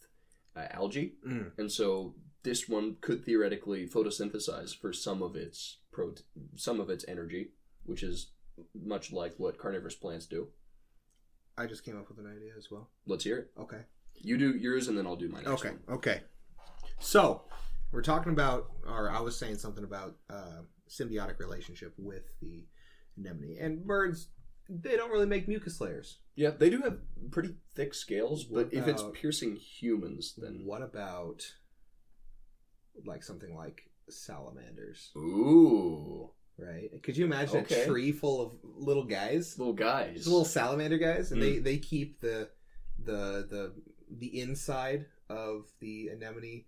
Speaker 2: uh, algae,
Speaker 1: Mm.
Speaker 2: and so this one could theoretically photosynthesize for some of its pro- some of its energy, which is much like what carnivorous plants do.
Speaker 1: I just came up with an idea as well.
Speaker 2: Let's hear it.
Speaker 1: Okay.
Speaker 2: You do yours, and then I'll do my next
Speaker 1: Okay.
Speaker 2: one.
Speaker 1: Okay. So we're talking about, or I was saying something about uh, symbiotic relationship with the anemone and birds. They don't really make mucus layers.
Speaker 2: Yeah, they do have pretty thick scales, but
Speaker 1: What
Speaker 2: if it's
Speaker 1: about-
Speaker 2: piercing humans,
Speaker 1: Then
Speaker 2: then
Speaker 1: what about like something like salamanders?
Speaker 2: ooh,
Speaker 1: Right? Could you imagine
Speaker 2: Okay.
Speaker 1: a tree full of little guys?
Speaker 2: little guys. Mm.
Speaker 1: These little salamander guys, and they they keep the the the the inside of the anemone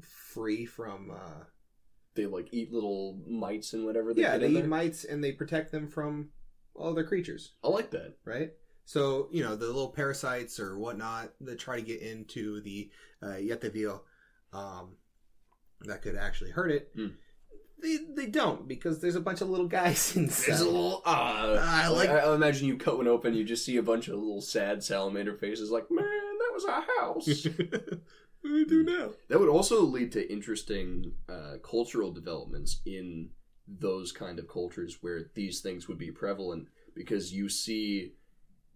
Speaker 1: free from uh
Speaker 2: they like eat little mites and whatever they
Speaker 1: yeah
Speaker 2: get
Speaker 1: they
Speaker 2: in
Speaker 1: eat
Speaker 2: there.
Speaker 1: mites and they protect them from other creatures
Speaker 2: I like that.
Speaker 1: right so you know the little parasites or whatnot that try to get into the uh, yetavio um that could actually hurt it
Speaker 2: Mm.
Speaker 1: they they don't because there's a bunch of little guys (laughs) inside
Speaker 2: There's a little uh,
Speaker 1: I like-
Speaker 2: I, I imagine you cut
Speaker 1: (laughs)
Speaker 2: one (laughs) open, you just see a bunch of little sad salamander faces, like man, that was our house.
Speaker 3: What do we do now?
Speaker 2: That would also lead to interesting uh, cultural developments in those kind of cultures where these things would be prevalent because you see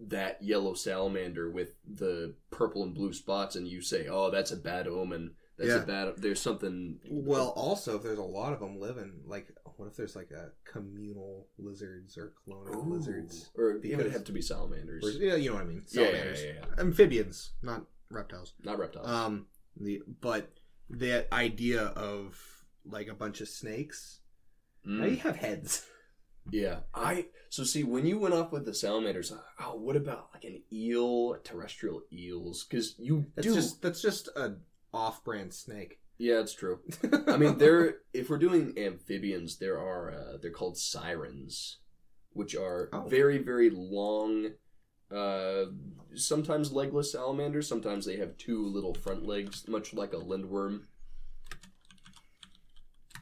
Speaker 2: that yellow salamander with the purple and blue spots and you say, "Oh, that's a bad omen." That's
Speaker 1: Yeah.
Speaker 2: a bad there's something
Speaker 3: Well, also, if there's a lot of them living, like, what if there's like a communal lizards or colonial lizards?
Speaker 2: or it
Speaker 3: because-
Speaker 2: would have to be salamanders.
Speaker 3: Or, yeah, you know what I mean.
Speaker 2: Yeah, yeah, yeah,
Speaker 3: Salamanders.
Speaker 2: yeah. Oh.
Speaker 1: Amphibians, not reptiles.
Speaker 2: Not reptiles.
Speaker 1: Um, the but that idea of like a bunch of snakes. Now you
Speaker 2: Mm,
Speaker 1: have heads.
Speaker 2: yeah. I so see when you went off with the salamanders, I- oh, what about like an eel, terrestrial eels cuz you
Speaker 1: That's
Speaker 2: do
Speaker 1: just that's just a off-brand snake.
Speaker 2: Yeah, it's true. I mean, there. If we're doing amphibians, there are uh, they're called sirens, which are
Speaker 1: Oh.
Speaker 2: very very long. Uh, sometimes legless salamanders. Sometimes they have two little front legs, much like a lindworm.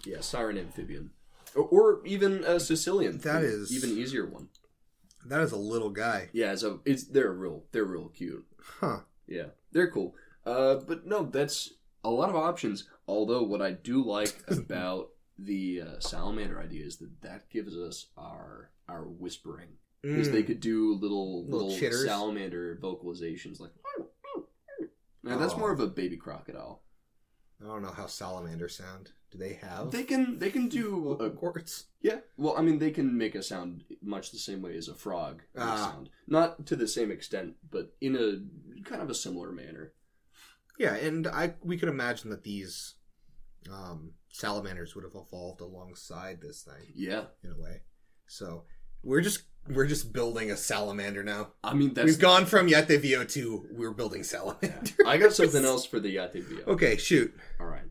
Speaker 2: Yeah, siren amphibian, or, or even a Sicilian.
Speaker 1: That
Speaker 2: e-
Speaker 1: is-
Speaker 2: even easier one.
Speaker 1: (laughs) that is a little guy,
Speaker 2: Yeah, so it's they're real. They're real cute.
Speaker 1: huh?
Speaker 2: Yeah, they're cool. Uh, but no, that's a lot of options. Although what I
Speaker 1: (laughs)
Speaker 2: do like about the uh, salamander idea is that that gives us our our whispering because
Speaker 1: Mm.
Speaker 2: they could do little
Speaker 1: Hmm. Little
Speaker 2: little,
Speaker 1: chitters.
Speaker 2: salamander vocalizations like. Now that's
Speaker 1: Oh.
Speaker 2: more of a baby crocodile.
Speaker 1: I don't know how salamanders sound. Do they have
Speaker 2: They can they
Speaker 1: (laughs)
Speaker 2: can do
Speaker 1: vocal
Speaker 2: a,
Speaker 1: cords?
Speaker 2: yeah. Well, I mean they can make a sound much the same way as a frog makes
Speaker 1: Ah.
Speaker 2: sound, not to the same extent, but in a kind of a similar manner.
Speaker 1: Yeah, and I we could imagine that these um, salamanders would have evolved alongside this thing
Speaker 2: Yeah,
Speaker 1: in a way. So we're just we're just building a salamander now.
Speaker 2: I mean that's
Speaker 1: We've gone from Yate Vo to we're building salamander.
Speaker 2: I got something else for the Yate Bio.
Speaker 1: (laughs) okay, shoot.
Speaker 2: All right.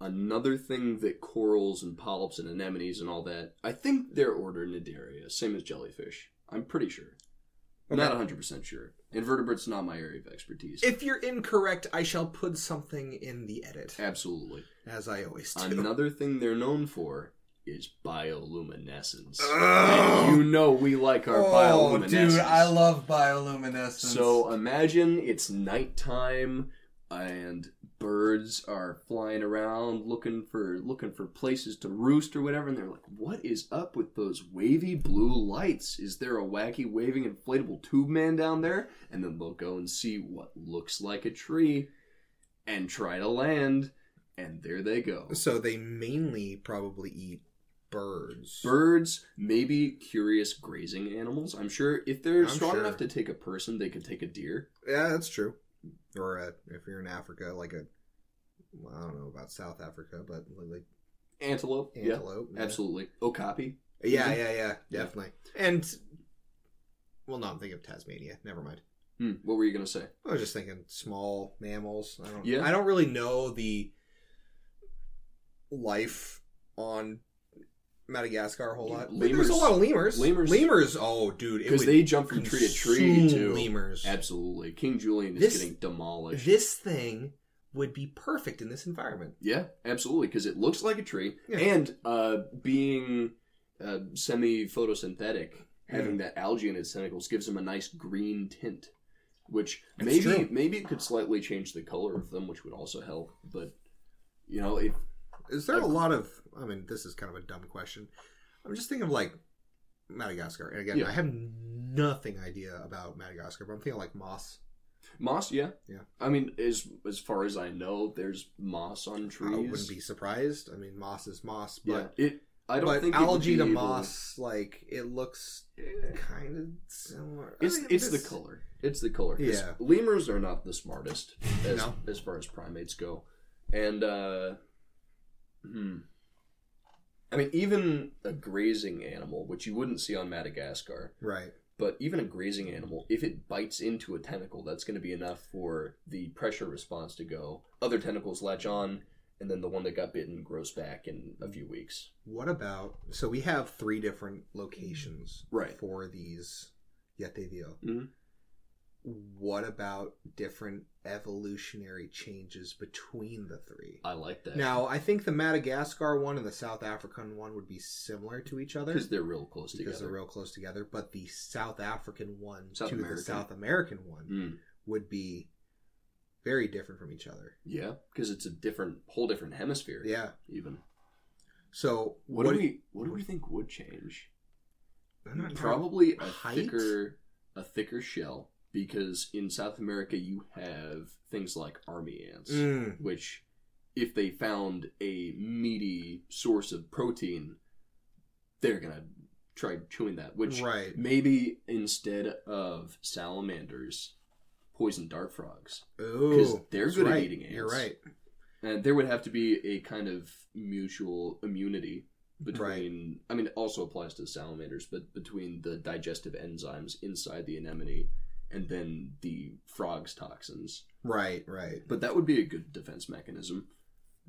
Speaker 2: Another thing that corals and polyps and anemones and all that, I think they're order Nidaria, same as jellyfish. I'm pretty sure. I'm
Speaker 1: Okay.
Speaker 2: Not 100% sure. Invertebrates not my area of expertise.
Speaker 1: If you're incorrect, I shall put something in the edit, (laughs)
Speaker 2: Absolutely.
Speaker 1: as I always do.
Speaker 2: Another thing they're known for is bioluminescence.
Speaker 1: (laughs) Uh, Ugh.
Speaker 2: And you know we like
Speaker 1: Oh,
Speaker 2: our bioluminescence.
Speaker 1: love bioluminescence.
Speaker 2: So imagine it's nighttime and birds are flying around looking for looking for places to roost or whatever and they're like what is up with those wavy blue lights is there a wacky waving inflatable tube man down there and then they'll go and see what looks like a tree and try to land and there they go
Speaker 1: so they mainly probably eat birds.
Speaker 2: birds maybe curious grazing animals i'm sure if they're
Speaker 1: I'm
Speaker 2: strong
Speaker 1: sure.
Speaker 2: enough to take a person they could take a deer
Speaker 1: Yeah, that's true. Or uh, if you're in Africa, like a, well, I don't know about South Africa, but like
Speaker 2: antelope yeah
Speaker 1: antelope. yeah.
Speaker 2: Absolutely. Oh, Okapi.
Speaker 1: Yeah, yeah, yeah, definitely. And well, no, I'm thinking of Tasmania. Never mind.
Speaker 2: Hmm, what were you gonna say?
Speaker 1: I was just thinking small mammals. I don't.
Speaker 2: Yeah.
Speaker 1: I don't really know the life on Madagascar a whole lot. But There's
Speaker 2: Lemurs.
Speaker 1: a lot of lemurs.
Speaker 2: Lemurs.
Speaker 1: Lemurs. Oh, dude, it
Speaker 2: Because
Speaker 1: would
Speaker 2: they jump from tree to tree
Speaker 1: consume
Speaker 2: too.
Speaker 1: lemurs.
Speaker 2: Absolutely. King Julian is
Speaker 1: This-
Speaker 2: getting demolished.
Speaker 1: This thing would be perfect in this environment.
Speaker 2: yeah, absolutely. Because it looks like a tree,
Speaker 1: Yeah.
Speaker 2: and uh, being uh, semi photosynthetic, having that algae in its tentacles gives them a nice green tint, which
Speaker 1: That's
Speaker 2: maybe
Speaker 1: true.
Speaker 2: maybe it could slightly change the color of them, which would also help. But you know, if
Speaker 1: Is there a lot of? I mean, this is kind of a dumb question. I'm just thinking of like Madagascar, and again,
Speaker 2: Yeah.
Speaker 1: I have nothing idea about Madagascar, but I'm thinking like moss.
Speaker 2: moss, yeah,
Speaker 1: Yeah.
Speaker 2: I mean, as as far as I know, there's moss on trees.
Speaker 1: I wouldn't be surprised. I mean, moss is moss,
Speaker 2: yeah,
Speaker 1: but
Speaker 2: it. I don't
Speaker 1: but
Speaker 2: think it would
Speaker 1: algae
Speaker 2: be
Speaker 1: to
Speaker 2: able-
Speaker 1: moss, like it looks kind of similar. I
Speaker 2: It's
Speaker 1: mean,
Speaker 2: it's the
Speaker 1: this-
Speaker 2: color. It's the color. 'Cause
Speaker 1: Yeah.
Speaker 2: Lemurs are not the smartest as
Speaker 1: No.
Speaker 2: as far as primates go, and uh, hmm. I mean, even a grazing animal, which you wouldn't see on Madagascar,
Speaker 1: right?
Speaker 2: but even a grazing animal, if it bites into a tentacle, that's going to be enough for the pressure response to go. Other tentacles latch on, and then the one that got bitten grows back in a few weeks.
Speaker 1: What about? So we have three different locations
Speaker 2: Mm-hmm. Right.
Speaker 1: for these Yatevio.
Speaker 2: Mhm.
Speaker 1: What about different evolutionary changes between the three?
Speaker 2: I like that
Speaker 1: Now, I think the Madagascar one and the South African one would be similar to each other
Speaker 2: because they're real close
Speaker 1: because they're
Speaker 2: together.
Speaker 1: real close together, but the South African one
Speaker 2: South Mm.
Speaker 1: to the
Speaker 2: American.
Speaker 1: South American one
Speaker 2: Mm.
Speaker 1: would be Very different from each other.
Speaker 2: Yeah, because it's a different, whole different hemisphere.
Speaker 1: Yeah.
Speaker 2: Even
Speaker 1: So
Speaker 2: what, do we what do we think would change?
Speaker 1: I'm not
Speaker 2: Probably a
Speaker 1: Height?
Speaker 2: thicker a thicker shell because in South America you have things like army ants,
Speaker 1: Mm,
Speaker 2: which if they found a meaty source of protein, they're gonna try chewing that. Which
Speaker 1: right.
Speaker 2: maybe instead of salamanders, poison dart frogs,
Speaker 1: Ooh,
Speaker 2: they're
Speaker 1: that's
Speaker 2: good at
Speaker 1: right.
Speaker 2: eating ants.
Speaker 1: You're right.
Speaker 2: and Uh, there would have to be a kind of mutual immunity between i mean it also applies to salamanders but between the digestive enzymes inside the anemone and then the frog's toxins
Speaker 1: Right. Right.
Speaker 2: but that would be a good defense mechanism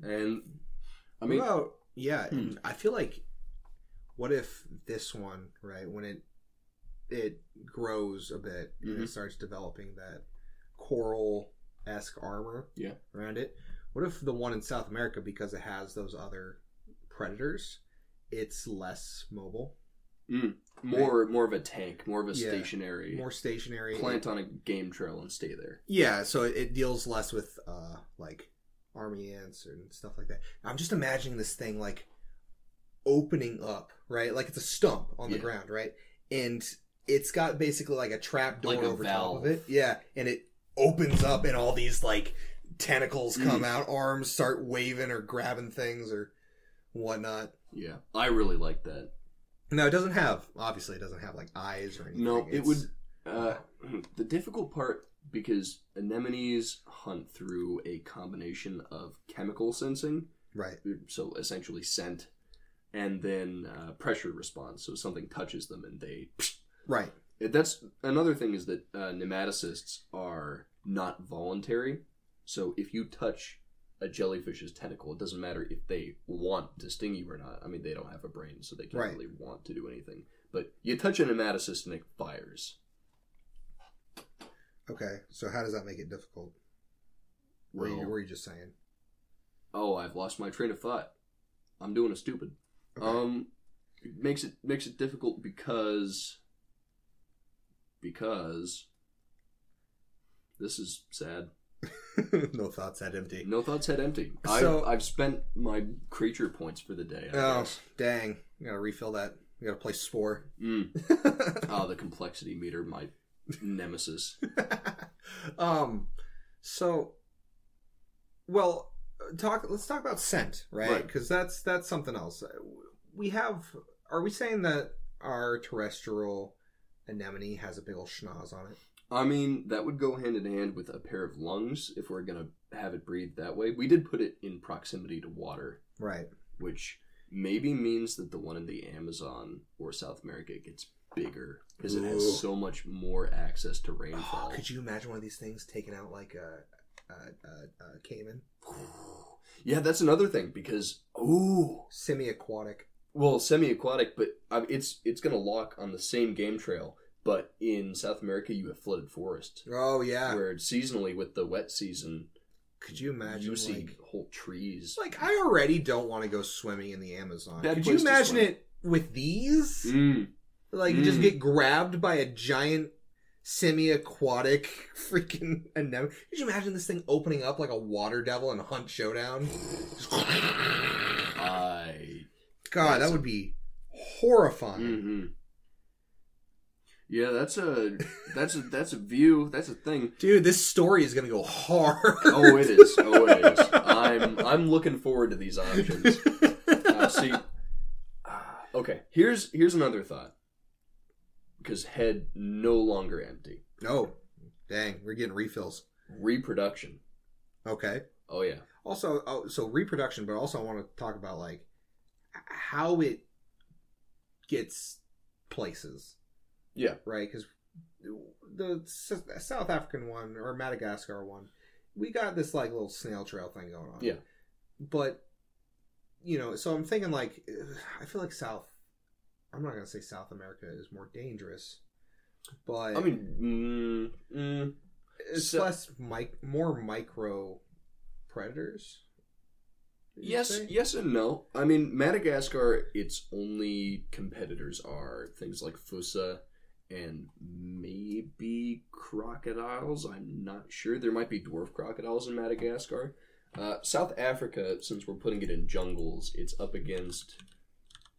Speaker 2: and i mean
Speaker 1: what about yeah?
Speaker 2: Hmm.
Speaker 1: I feel like what if this one right when it it grows a bit and
Speaker 2: Mhm.
Speaker 1: it starts developing that coral esque armor
Speaker 2: Yeah.
Speaker 1: around it. What if the one in South America because it has those other predators, it's less mobile,
Speaker 2: more more of a tank more of a
Speaker 1: Yeah.
Speaker 2: stationary
Speaker 1: more stationary,
Speaker 2: plant on a game trail and stay there
Speaker 1: Yeah, so it, it deals less with uh like army ants and stuff like that. I'm just imagining this thing like opening up, right? Like it's a stump on the
Speaker 2: Yeah.
Speaker 1: ground, right? And it's got basically like a trap door
Speaker 2: Like a
Speaker 1: over top
Speaker 2: valve.
Speaker 1: of it. Yeah, and it opens up and all these like tentacles come
Speaker 2: Mm.
Speaker 1: out, arms start waving or grabbing things or whatnot.
Speaker 2: yeah i really like that
Speaker 1: No, it doesn't have obviously it doesn't have like eyes or anything.
Speaker 2: No, it
Speaker 1: It's-
Speaker 2: would. Uh, (clears throat) the difficult part because anemones hunt through a combination of chemical sensing,
Speaker 1: right.
Speaker 2: so essentially scent, and then uh, pressure response. So something touches them and they. (sniffs)
Speaker 1: Right.
Speaker 2: That's another thing is that uh, nematocysts are not voluntary. So if you touch a jellyfish's tentacle, it doesn't matter if they want to sting you or not. I mean, they don't have a brain, so they can't
Speaker 1: Right.
Speaker 2: really want to do anything. But you touch a nematocyst and it fires.
Speaker 1: Okay. So how does that make it difficult? Were you,
Speaker 2: Well-
Speaker 1: were you just saying?
Speaker 2: Oh, I've lost my train of thought. I'm doing a stupid. Um, it makes it makes it difficult because because this is sad.
Speaker 1: (laughs) no thoughts that empty.
Speaker 2: No thoughts head empty.
Speaker 1: So-
Speaker 2: I've, I've spent my creature points for the day. I
Speaker 1: Oh,
Speaker 2: guess.
Speaker 1: dang. We gotta refill that. We gotta play Spore. (laughs)
Speaker 2: Mm. Oh, the complexity meter, my nemesis.
Speaker 1: um, so, well, talk. Let's talk about scent, right?
Speaker 2: Right.
Speaker 1: Because that's that's something else. We have. Are we saying that our terrestrial anemone has a big old schnoz on it?
Speaker 2: I mean, that would go hand in hand with a pair of lungs if we're gonna have it breathe that way. We did put it in proximity to water,
Speaker 1: Right.
Speaker 2: which maybe means that the one in the Amazon or South America gets bigger because it
Speaker 1: Ooh.
Speaker 2: has so much more access to rainfall.
Speaker 1: (gasps) could you imagine one of these things taking out like a, a, a, a caiman,
Speaker 2: (sighs) yeah, that's another thing because ooh,
Speaker 1: semi-aquatic?
Speaker 2: well, semi-aquatic, but uh, it's it's gonna lock on the same game trail. But in South America, you have flooded forest,
Speaker 1: Oh yeah.
Speaker 2: where seasonally with the wet season,
Speaker 1: Could you imagine?
Speaker 2: you see
Speaker 1: like,
Speaker 2: whole trees.
Speaker 1: It's like I already don't want to go swimming in the Amazon.
Speaker 2: Bad
Speaker 1: Could you
Speaker 2: place to
Speaker 1: imagine
Speaker 2: swim.
Speaker 1: it with these?
Speaker 2: Mm,
Speaker 1: Like you just
Speaker 2: Mm.
Speaker 1: get grabbed by a giant semi-aquatic (laughs) freaking anemone. Could you imagine this thing opening up like a water devil and hunt showdown?
Speaker 2: I
Speaker 1: God, that
Speaker 2: That's-
Speaker 1: would be horrifying.
Speaker 2: hmm Yeah, that's a that's a that's a view. That's a thing.
Speaker 1: (laughs) Dude, this story is gonna go hard.
Speaker 2: Oh, it is. Oh, it is. I'm I'm looking forward to
Speaker 1: (laughs)
Speaker 2: these options. Uh, see, ah, okay. Here's here's another thought. Because head no longer empty.
Speaker 1: oh, dang, we're getting refills.
Speaker 2: Reproduction.
Speaker 1: Okay.
Speaker 2: Oh yeah.
Speaker 1: also oh, so reproduction but also i want to talk about like h- how it gets places
Speaker 2: Yeah.
Speaker 1: right because the S- south african one or madagascar one we got this like little snail trail thing going on
Speaker 2: Yeah.
Speaker 1: but you know so i'm thinking like ugh, i feel like south i'm not gonna say south america is more dangerous but
Speaker 2: I mean, mm, mm,
Speaker 1: it's
Speaker 2: so-
Speaker 1: less mic more micro predators you'd
Speaker 2: yes,
Speaker 1: say?
Speaker 2: yes, and no. I mean, Madagascar. Its only competitors are things like Fusa and maybe crocodiles. I'm not sure. There might be dwarf crocodiles in Madagascar. Uh, South Africa, since we're putting it in jungles, it's up against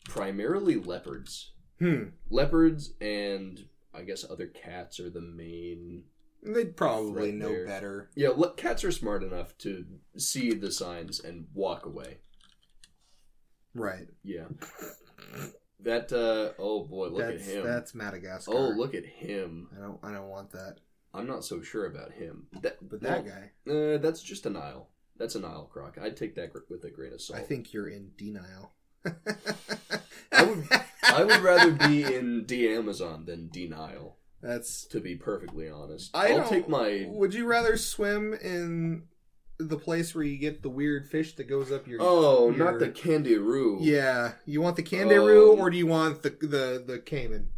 Speaker 2: primarily leopards.
Speaker 1: Hmm.
Speaker 2: Leopards and I guess other cats are the main.
Speaker 1: They'd probably
Speaker 2: Right
Speaker 1: know
Speaker 2: there.
Speaker 1: better.
Speaker 2: Yeah, le- cats are smart enough to see the signs and walk away.
Speaker 1: Right.
Speaker 2: Yeah. That uh oh boy, (laughs) look
Speaker 1: that's
Speaker 2: at him.
Speaker 1: that's Madagascar.
Speaker 2: oh, look at him.
Speaker 1: I don't I don't want that.
Speaker 2: I'm not so sure about him. That
Speaker 1: But that
Speaker 2: well,
Speaker 1: guy,
Speaker 2: Uh, that's just a Nile. That's a Nile croc. I'd take that gr- with a grain of salt.
Speaker 1: I think you're in denial.
Speaker 2: Oh. I would- I would rather
Speaker 1: (laughs)
Speaker 2: be in D Amazon than D Nile,
Speaker 1: That's.
Speaker 2: to be perfectly honest.
Speaker 1: I
Speaker 2: will
Speaker 1: don't-
Speaker 2: take my.
Speaker 1: Would you rather swim in the place where you get the weird fish that goes up your?
Speaker 2: Oh,
Speaker 1: your-
Speaker 2: not the Kangaroo.
Speaker 1: Yeah, you want the kangaroo
Speaker 2: Um,
Speaker 1: or do you want the the the caiman?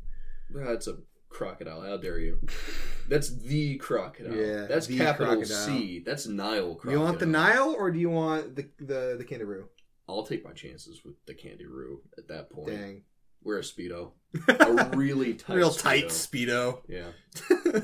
Speaker 2: That's a crocodile. How dare you? That's the crocodile.
Speaker 1: Yeah,
Speaker 2: That's
Speaker 1: the
Speaker 2: capital
Speaker 1: crocodile.
Speaker 2: C. That's Nile crocodile.
Speaker 1: You want the Nile or do you want the the the kangaroo?
Speaker 2: I'll take my chances with the Kangaroo at that point.
Speaker 1: Dang,
Speaker 2: We're a Speedo.
Speaker 1: (laughs)
Speaker 2: A really tight
Speaker 1: real
Speaker 2: Speedo.
Speaker 1: tight speedo. (laughs)
Speaker 2: Yeah. Uh,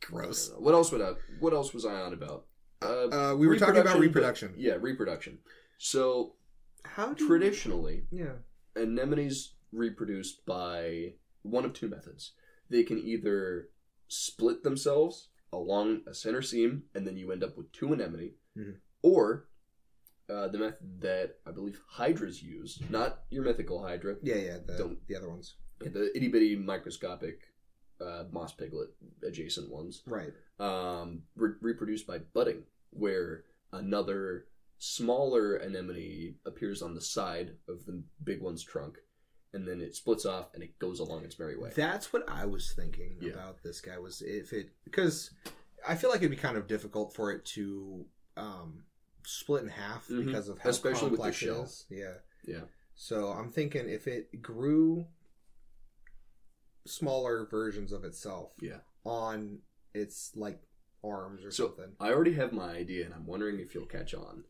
Speaker 1: Gross.
Speaker 2: What else would I, what else was I on about? Uh,
Speaker 1: Uh, we were talking about
Speaker 2: but-
Speaker 1: reproduction.
Speaker 2: yeah, reproduction. So
Speaker 1: How do you-
Speaker 2: traditionally,
Speaker 1: Yeah.
Speaker 2: anemones reproduce by one of two methods. They can either split themselves along a center seam, and then you end up with two anemone,
Speaker 1: Mhm.
Speaker 2: or uh, the method that I believe hydras use, not your mythical hydra,
Speaker 1: Yeah, yeah. The,
Speaker 2: Don't-
Speaker 1: the other ones.
Speaker 2: the itty bitty microscopic uh, moss piglet adjacent ones,
Speaker 1: Right.
Speaker 2: um, re- reproduce by budding, where another smaller anemone appears on the side of the big one's trunk, and then it splits off and it goes along its merry way.
Speaker 1: That's what I was thinking
Speaker 2: Yeah.
Speaker 1: about this guy was if it because I feel like it'd be kind of difficult for it to um split in half
Speaker 2: Mhm.
Speaker 1: because of how
Speaker 2: Especially with the
Speaker 1: complex it
Speaker 2: shell.
Speaker 1: is. Yeah.
Speaker 2: Yeah.
Speaker 1: So I'm thinking if it grew smaller versions of itself
Speaker 2: Yeah.
Speaker 1: on its like arms or
Speaker 2: So-
Speaker 1: something.
Speaker 2: I already have my idea, and I'm wondering if you'll catch on.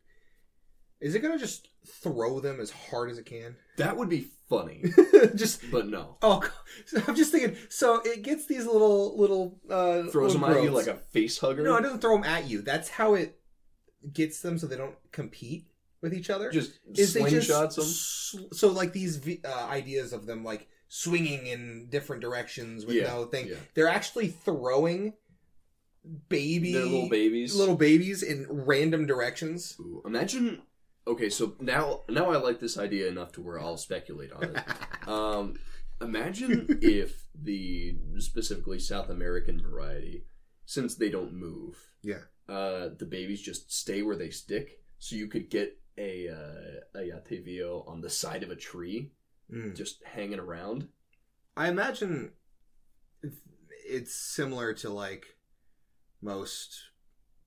Speaker 1: Is it gonna just throw them as hard as it
Speaker 2: (laughs)
Speaker 1: can?
Speaker 2: That would be funny,
Speaker 1: just
Speaker 2: (laughs) but no.
Speaker 1: Oh, (laughs) God. I'm just thinking. So it gets these little little uh,
Speaker 2: Throws
Speaker 1: little
Speaker 2: them at you
Speaker 1: growths.
Speaker 2: like a face hugger.
Speaker 1: no. It doesn't throw them at you. That's how it gets them, so they don't compete with each other.
Speaker 2: just
Speaker 1: Is they just
Speaker 2: slingshots them.
Speaker 1: sl- so like these v- uh, ideas of them like swinging in different directions with
Speaker 2: Yeah,
Speaker 1: no thing.
Speaker 2: yeah.
Speaker 1: They're actually throwing baby
Speaker 2: They're little babies.
Speaker 1: little babies in random directions.
Speaker 2: Ooh, imagine. Okay, so now now I like this idea enough to where I'll speculate on
Speaker 1: (laughs)
Speaker 2: it. um, imagine if the specifically South American variety, since they don't move,
Speaker 1: Yeah.
Speaker 2: uh, the babies just stay where they stick. So you could get a uh, a Yatevio on the side of a tree,
Speaker 1: Mm.
Speaker 2: just hanging around.
Speaker 1: I imagine it's similar to like most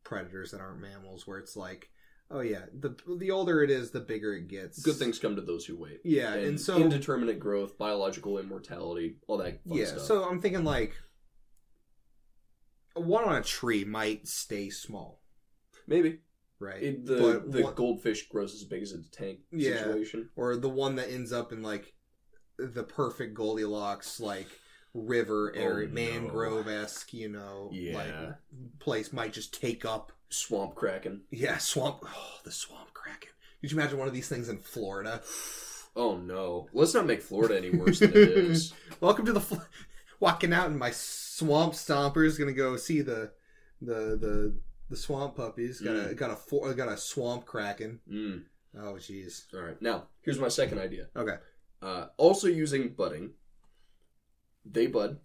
Speaker 1: predators that aren't mammals, where it's like, oh yeah, the the older it is, the bigger it gets.
Speaker 2: Good things come to those who wait.
Speaker 1: Yeah, and, so
Speaker 2: indeterminate growth, biological immortality, all that. Fun
Speaker 1: yeah,
Speaker 2: stuff.
Speaker 1: so I'm thinking like one on a tree might stay small,
Speaker 2: maybe
Speaker 1: right?
Speaker 2: it, the
Speaker 1: But
Speaker 2: the
Speaker 1: one-
Speaker 2: goldfish grows as big as a tank
Speaker 1: Yeah.
Speaker 2: situation.
Speaker 1: or the one that ends up in like the perfect Goldilocks like river area,
Speaker 2: Oh, no.
Speaker 1: mangrove esque, you know,
Speaker 2: Yeah.
Speaker 1: like place might just take up
Speaker 2: swamp kraken. (sighs)
Speaker 1: Yeah, swamp. Oh, the swamp kraken. Could you imagine one of these things in Florida?
Speaker 2: Oh no! Let's not make
Speaker 1: (laughs)
Speaker 2: Florida any worse than it is.
Speaker 1: Welcome to the fl- (laughs) walking out, and my swamp stompers gonna go see the the the the swamp puppies. Got a got a fo- got a swamp kraken.
Speaker 2: Mm.
Speaker 1: Oh, jeez.
Speaker 2: All right, now here's my second idea.
Speaker 1: Okay.
Speaker 2: Uh, also using budding, they bud.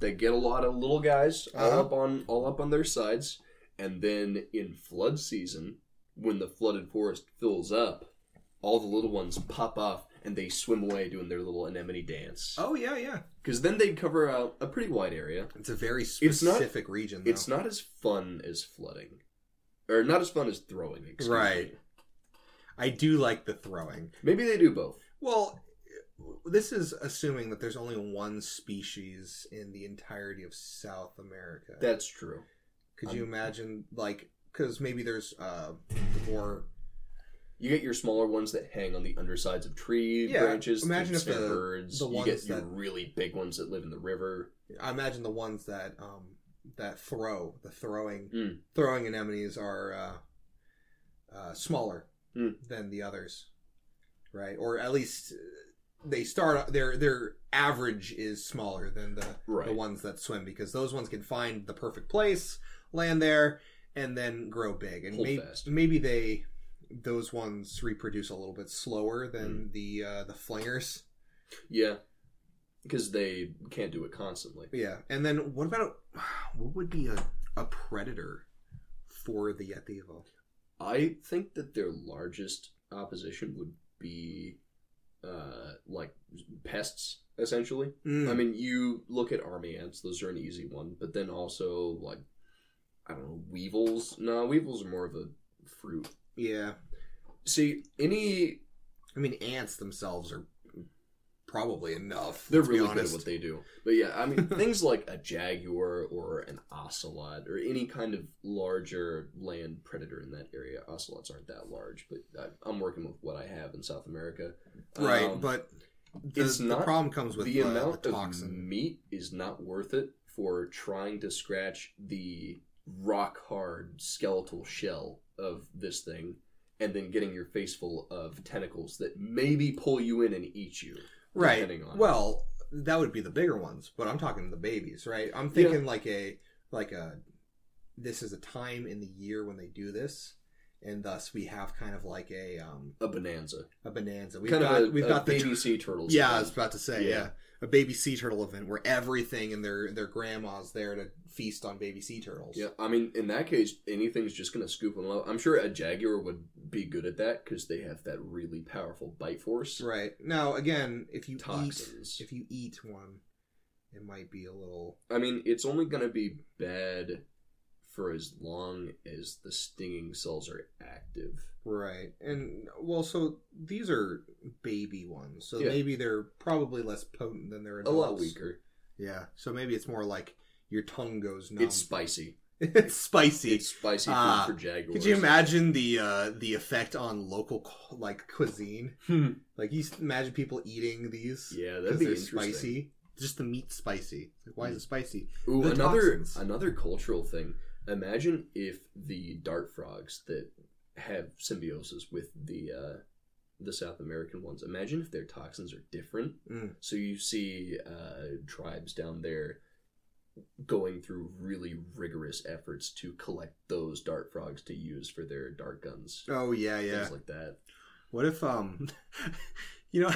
Speaker 2: They get a lot of little guys all
Speaker 1: Uh-huh.
Speaker 2: up on all up on their sides, and then in flood season, when the flooded forest fills up, all the little ones pop off and they swim away doing their little anemone dance.
Speaker 1: Oh yeah, yeah.
Speaker 2: Because then they cover a, a pretty wide area.
Speaker 1: It's a very
Speaker 2: It's not-
Speaker 1: specific region. Though.
Speaker 2: It's not as fun as flooding, or not as fun as throwing. Excuse me.
Speaker 1: Right. I do like the throwing.
Speaker 2: Maybe they do both.
Speaker 1: Well, this is assuming that there's only one species in the entirety of South America.
Speaker 2: That's true.
Speaker 1: Could you
Speaker 2: Um,
Speaker 1: imagine, like, because maybe there's uh, more
Speaker 2: You get your smaller ones that hang on the undersides of tree
Speaker 1: Yeah,
Speaker 2: branches.
Speaker 1: imagine
Speaker 2: to
Speaker 1: if
Speaker 2: scare
Speaker 1: the-
Speaker 2: birds.
Speaker 1: the
Speaker 2: you
Speaker 1: ones
Speaker 2: get your
Speaker 1: that-
Speaker 2: really big ones that live in the river.
Speaker 1: I imagine the ones that um that throw the throwing
Speaker 2: Mm.
Speaker 1: throwing anemones are uh, uh, smaller
Speaker 2: Mm.
Speaker 1: than the others, right? Or at least uh, they start their their average is smaller than the
Speaker 2: Right.
Speaker 1: the ones that swim because those ones can find the perfect place, land there, and then grow big. And
Speaker 2: Hold
Speaker 1: maybe
Speaker 2: fast.
Speaker 1: maybe they those ones reproduce a little bit slower than
Speaker 2: Mm.
Speaker 1: the uh, the flingers.
Speaker 2: Yeah, because they can't do it constantly.
Speaker 1: Yeah, and then what about what would be a, a predator for the Yeti though?
Speaker 2: I think that their largest opposition would be uh, like pests, essentially.
Speaker 1: Hmm.
Speaker 2: I mean, you look at army ants; those are an easy one. But then also like I don't know, weevils. No, weevils are more of a fruit.
Speaker 1: yeah,
Speaker 2: See, any
Speaker 1: I mean ants themselves are probably enough.
Speaker 2: they're
Speaker 1: let's be
Speaker 2: really good at
Speaker 1: honest.
Speaker 2: what they do. But yeah, I
Speaker 1: (laughs)
Speaker 2: mean, things like a jaguar or an ocelot or any kind of larger land predator in that area. Ocelots aren't that large, but I, I'm working with what I have in South America.
Speaker 1: right,
Speaker 2: Um,
Speaker 1: but the,
Speaker 2: it's
Speaker 1: the
Speaker 2: not
Speaker 1: problem comes with
Speaker 2: the
Speaker 1: uh,
Speaker 2: amount
Speaker 1: the
Speaker 2: of
Speaker 1: toxin.
Speaker 2: meat is not worth it for trying to scratch the rock hard skeletal shell of this thing and then getting your face full of tentacles that maybe pull you in and eat you
Speaker 1: right.
Speaker 2: depending on
Speaker 1: Well, that would be the bigger ones, but I'm talking the babies, right? I'm thinking like a like a this is a time in the year when they do this, and thus we have kind of like a um
Speaker 2: a bonanza
Speaker 1: a bonanza. We've
Speaker 2: kind
Speaker 1: got
Speaker 2: of a,
Speaker 1: we've
Speaker 2: a
Speaker 1: got the
Speaker 2: baby sea turtles
Speaker 1: Yeah,
Speaker 2: thing.
Speaker 1: I was about to say,
Speaker 2: Yeah.
Speaker 1: yeah. A baby sea turtle event where everything and their their grandma's there to feast on baby sea turtles.
Speaker 2: yeah i mean in that case anything's just gonna scoop them up i'm sure a jaguar would be good at that because they have that really powerful bite force
Speaker 1: Right. Now again, if you
Speaker 2: Toxins.
Speaker 1: eat if you eat one, it might be a little
Speaker 2: I mean, it's only going to be bad for as long as the stinging cells are active.
Speaker 1: right. And well, so these are baby ones. So
Speaker 2: Yeah.
Speaker 1: maybe they're probably less potent than their
Speaker 2: A
Speaker 1: adults.
Speaker 2: lot weaker.
Speaker 1: Yeah. So maybe it's more like your tongue goes numb.
Speaker 2: It's spicy.
Speaker 1: (laughs) It's spicy.
Speaker 2: It's spicy food
Speaker 1: Ah,
Speaker 2: for jaguars.
Speaker 1: Could you imagine the uh, the effect on local cu- like cuisine? (laughs)
Speaker 2: Hmm.
Speaker 1: Like you s- imagine people eating these.
Speaker 2: Yeah,
Speaker 1: because
Speaker 2: that'd be
Speaker 1: they're
Speaker 2: interesting. Hmm.
Speaker 1: spicy. Just the meat spicy. Like, why is it spicy?
Speaker 2: Ooh,
Speaker 1: The
Speaker 2: another
Speaker 1: toxins.
Speaker 2: another cultural thing. Imagine if the dart frogs that have symbiosis with the uh, the South American ones. Imagine if their toxins are different.
Speaker 1: Mm.
Speaker 2: So you see uh, tribes down there going through really rigorous efforts to collect those dart frogs to use for their dart guns,
Speaker 1: Oh yeah, yeah.
Speaker 2: things
Speaker 1: (laughs)
Speaker 2: like that.
Speaker 1: What if um, (laughs) you know,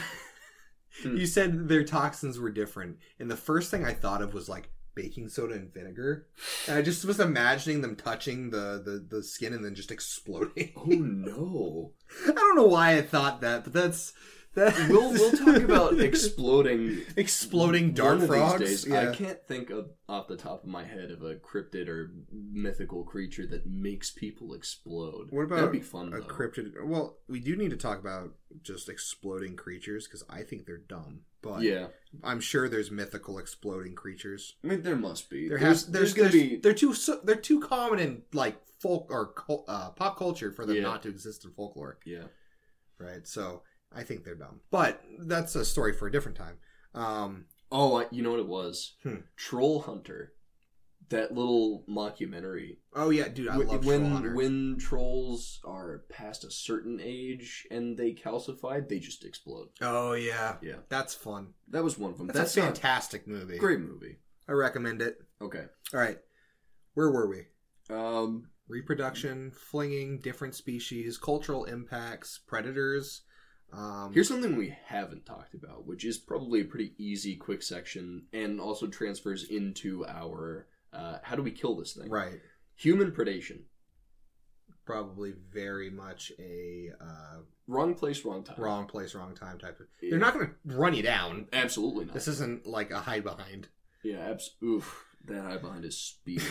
Speaker 2: Hmm.
Speaker 1: you said their toxins were different, and the first thing I thought of was like baking soda and vinegar, and I just was imagining them touching the the, the skin and then just exploding.
Speaker 2: Oh no!
Speaker 1: (laughs) I don't know why I thought that, but that's that.
Speaker 2: we'll we'll talk
Speaker 1: (laughs)
Speaker 2: about exploding
Speaker 1: exploding
Speaker 2: One
Speaker 1: dart
Speaker 2: of these
Speaker 1: frogs.
Speaker 2: days,
Speaker 1: yeah.
Speaker 2: I can't think of off the top of my head of a cryptid or mythical creature that makes people explode.
Speaker 1: What about
Speaker 2: that'd be fun?
Speaker 1: a
Speaker 2: though.
Speaker 1: cryptid. Well, we do need to talk about just exploding creatures because I think they're dumb. But
Speaker 2: Yeah,
Speaker 1: I'm sure there's mythical exploding creatures.
Speaker 2: I mean there must be.
Speaker 1: There
Speaker 2: there's,
Speaker 1: has there's,
Speaker 2: gonna
Speaker 1: there's-
Speaker 2: be
Speaker 1: they're too so, they're too common in like folk or cul- uh, pop culture for them
Speaker 2: Yeah.
Speaker 1: not to exist in folklore,
Speaker 2: yeah.
Speaker 1: right? So I think they're dumb. But that's a story for a different time. Um,
Speaker 2: Oh, I, you know what it was?
Speaker 1: Hmm.
Speaker 2: Troll Hunter, that little mockumentary.
Speaker 1: oh yeah, dude, I
Speaker 2: Wh-
Speaker 1: love
Speaker 2: when
Speaker 1: Troll Hunter.
Speaker 2: when trolls are past a certain age and they calcify, they just explode.
Speaker 1: oh yeah,
Speaker 2: Yeah.
Speaker 1: that's fun.
Speaker 2: That was one of them.
Speaker 1: That's,
Speaker 2: That's,
Speaker 1: a
Speaker 2: not-
Speaker 1: fantastic movie.
Speaker 2: Great movie.
Speaker 1: I recommend it.
Speaker 2: Okay.
Speaker 1: All right, where were we?
Speaker 2: Um,
Speaker 1: reproduction, flinging, different species, cultural impacts, predators. Um,
Speaker 2: Here's something we haven't talked about, which is probably a pretty easy, quick section, and also transfers into our uh, how do we kill this thing?
Speaker 1: right,
Speaker 2: Human predation.
Speaker 1: probably very much a uh,
Speaker 2: Wrong place, wrong time.
Speaker 1: wrong place, wrong time type of.
Speaker 2: Yeah.
Speaker 1: They're not going to run you down.
Speaker 2: Absolutely not.
Speaker 1: This isn't like a hide behind. (laughs)
Speaker 2: yeah, abs- oof. That eye behind is speed.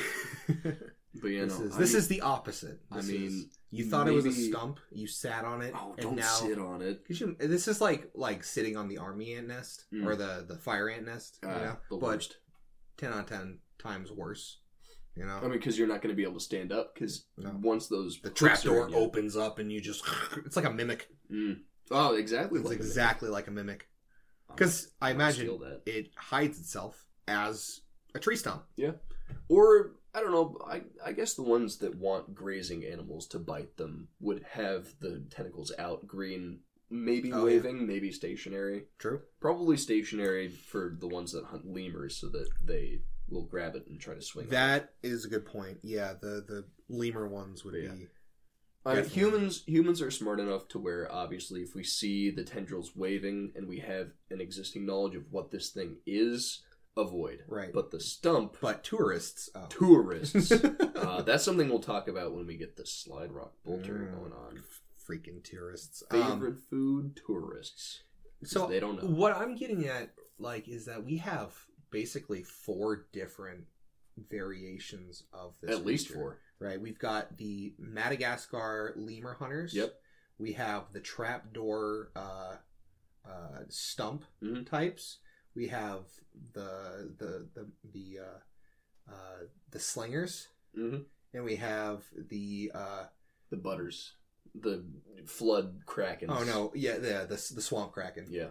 Speaker 2: But yeah,
Speaker 1: this
Speaker 2: no,
Speaker 1: is
Speaker 2: I
Speaker 1: this
Speaker 2: mean-
Speaker 1: is the opposite.
Speaker 2: I
Speaker 1: This
Speaker 2: mean,
Speaker 1: is- you thought it was a
Speaker 2: maybe-
Speaker 1: stump, you sat on it,
Speaker 2: Oh,
Speaker 1: and
Speaker 2: don't
Speaker 1: now
Speaker 2: sit on it.
Speaker 1: Could you, this is like like sitting on the army ant nest
Speaker 2: Mm.
Speaker 1: or the the fire ant nest.
Speaker 2: Uh,
Speaker 1: you know?
Speaker 2: the
Speaker 1: but
Speaker 2: worst.
Speaker 1: ten out of ten times worse. You know,
Speaker 2: I mean, because you're not going to be able to stand up because
Speaker 1: No.
Speaker 2: once those
Speaker 1: the
Speaker 2: hooks
Speaker 1: trap
Speaker 2: are
Speaker 1: door
Speaker 2: in you-
Speaker 1: opens up and you just. (laughs) It's like a mimic.
Speaker 2: Mm. Oh, exactly.
Speaker 1: It's
Speaker 2: like that.
Speaker 1: exactly like a mimic. Because I imagine
Speaker 2: Steal that.
Speaker 1: it hides itself as a tree stump.
Speaker 2: Or I don't know. I I guess the ones that want grazing animals to bite them would have the tentacles out, green, maybe
Speaker 1: Oh, yeah.
Speaker 2: waving, maybe stationary.
Speaker 1: True.
Speaker 2: Probably stationary for the ones that hunt lemurs, so that they will grab it and try to swing. it.
Speaker 1: That is a good point. Yeah, the the lemur ones would
Speaker 2: Yeah.
Speaker 1: be.
Speaker 2: I mean,
Speaker 1: Definitely.
Speaker 2: Uh, humans humans are smart enough to where obviously if we see the tendrils waving and we have an existing knowledge of what this thing is, avoid.
Speaker 1: Right.
Speaker 2: But the stump
Speaker 1: But tourists. Oh. (laughs)
Speaker 2: (laughs) tourists. uh, that's something we'll talk about when we get the slide rock bolter
Speaker 1: Mm.
Speaker 2: going on.
Speaker 1: Freaking tourists. Um,
Speaker 2: Favorite food tourists.
Speaker 1: So
Speaker 2: they don't know.
Speaker 1: What I'm getting at, like, is that we have basically four different variations of this.
Speaker 2: At least
Speaker 1: creature,
Speaker 2: four.
Speaker 1: right? We've got the Madagascar lemur hunters.
Speaker 2: Yep.
Speaker 1: We have the trapdoor uh, uh, stump
Speaker 2: Mhm.
Speaker 1: types. We have the the the the uh, uh, the slingers,
Speaker 2: Mhm.
Speaker 1: and we have the uh,
Speaker 2: The butters, the flood krakens.
Speaker 1: oh no, yeah, the the, the swamp kraken.
Speaker 2: Yeah,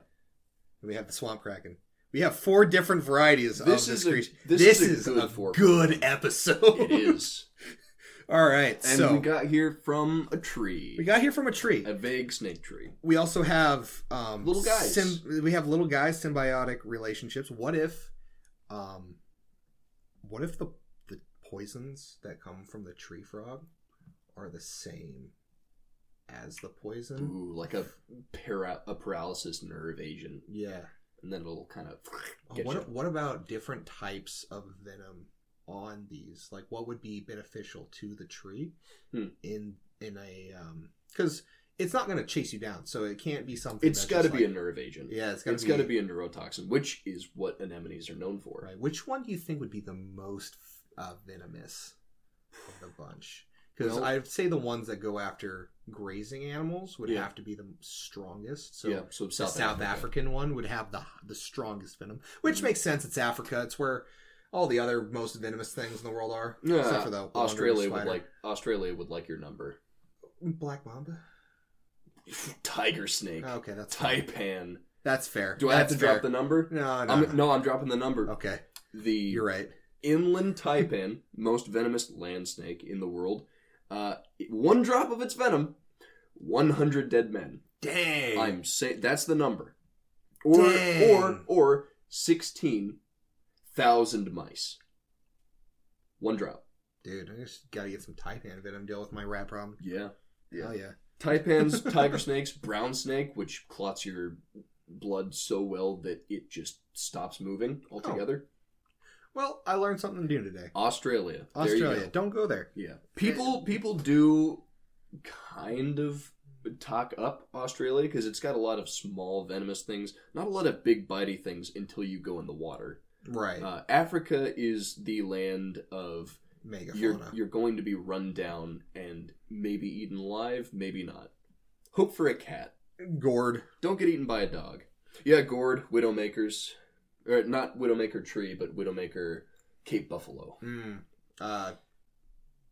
Speaker 1: And we have the swamp kraken. We have four different varieties of
Speaker 2: This
Speaker 1: this
Speaker 2: is a-
Speaker 1: creature.
Speaker 2: this
Speaker 1: This,
Speaker 2: is a
Speaker 1: is,
Speaker 2: good
Speaker 1: a
Speaker 2: four-
Speaker 1: good, e- episode.
Speaker 2: it is.
Speaker 1: (laughs) All right,
Speaker 2: And
Speaker 1: so
Speaker 2: we got here from a tree,
Speaker 1: we got here from a tree.
Speaker 2: a vague snake tree.
Speaker 1: We also have um,
Speaker 2: Little guys.
Speaker 1: sym- we have little guys symbiotic relationships. What if, um, what if the the poisons that come from the tree frog are the same as the poison?
Speaker 2: Ooh, like a para- a paralysis nerve agent,
Speaker 1: Yeah.
Speaker 2: and then it'll kind of
Speaker 1: Oh,
Speaker 2: get
Speaker 1: What,
Speaker 2: you.
Speaker 1: what about different types of venom on these? Like, what would be beneficial to the tree
Speaker 2: Hmm.
Speaker 1: in in a um? Because it's not going to chase you down, so it can't be something.
Speaker 2: It's
Speaker 1: that's
Speaker 2: got to
Speaker 1: just
Speaker 2: be a
Speaker 1: like-
Speaker 2: nerve agent.
Speaker 1: yeah. It's got
Speaker 2: it's got to be a neurotoxin, which is what anemones are known for.
Speaker 1: right. Which one do you think would be the most uh, venomous of the bunch? Because
Speaker 2: Well-
Speaker 1: I'd say the ones that go after grazing animals would
Speaker 2: Yeah.
Speaker 1: have to be the strongest. So
Speaker 2: yeah, so
Speaker 1: the
Speaker 2: South,
Speaker 1: South, African one would have the the strongest venom, which
Speaker 2: Mm.
Speaker 1: makes sense. It's Africa. It's where all the other most venomous things in the world are,
Speaker 2: Yeah,
Speaker 1: except for the wandering
Speaker 2: Australia would
Speaker 1: spider.
Speaker 2: like Australia would like your number. (laughs)
Speaker 1: black mamba.
Speaker 2: Tiger snake,
Speaker 1: Okay, that's fine.
Speaker 2: taipan.
Speaker 1: Uh, That's fair.
Speaker 2: Do I have to drop the number?
Speaker 1: No, no.
Speaker 2: I'm, no, I'm dropping the number.
Speaker 1: Okay,
Speaker 2: The
Speaker 1: you're right.
Speaker 2: inland taipan, (laughs) most venomous land snake in the world. Uh, one drop of its venom, 100 dead men.
Speaker 1: Dang.
Speaker 2: I'm saying that's the number, or
Speaker 1: Dang.
Speaker 2: or or 16,000 mice. One drop.
Speaker 1: Dude, I just gotta get some taipan venom. Deal with my rat problem.
Speaker 2: Yeah. Yeah.
Speaker 1: Oh yeah.
Speaker 2: Taipans, tiger snakes, brown snake, which clots your blood so well that it just stops moving altogether.
Speaker 1: Well, I learned something new today.
Speaker 2: Australia. There you
Speaker 1: Oh. Australia,
Speaker 2: go.
Speaker 1: don't go there.
Speaker 2: Yeah. People people do kind of talk up Australia because it's got a lot of small venomous things, not a lot of big bitey things until you go in the water.
Speaker 1: Right,
Speaker 2: Uh, Africa is the land of
Speaker 1: megafauna.
Speaker 2: you're you're going to be run down and maybe eaten alive, maybe not. Hope for a cat.
Speaker 1: Gourd.
Speaker 2: Don't get eaten by a dog. Yeah, gourd, widowmakers, or not widowmaker tree, but widowmaker Cape buffalo,
Speaker 1: Mm. Uh,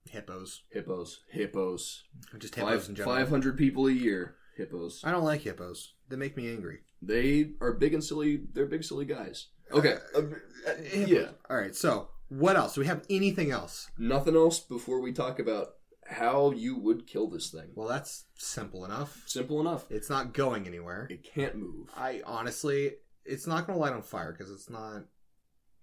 Speaker 1: hippos.
Speaker 2: hippos, hippos.
Speaker 1: Just hippos in general.
Speaker 2: Five hundred people a year. Hippos.
Speaker 1: I don't like hippos. They make me angry.
Speaker 2: They are big and silly. They're big silly guys.
Speaker 1: (laughs)
Speaker 2: Okay.
Speaker 1: Uh, uh,
Speaker 2: yeah.
Speaker 1: All right. So, what else? Do we have anything else?
Speaker 2: Nothing else before we talk about how you would kill this thing.
Speaker 1: Well, that's simple enough.
Speaker 2: Simple enough.
Speaker 1: It's not going anywhere.
Speaker 2: It can't move. I
Speaker 1: I honestly, it's not going to light on fire because it's not.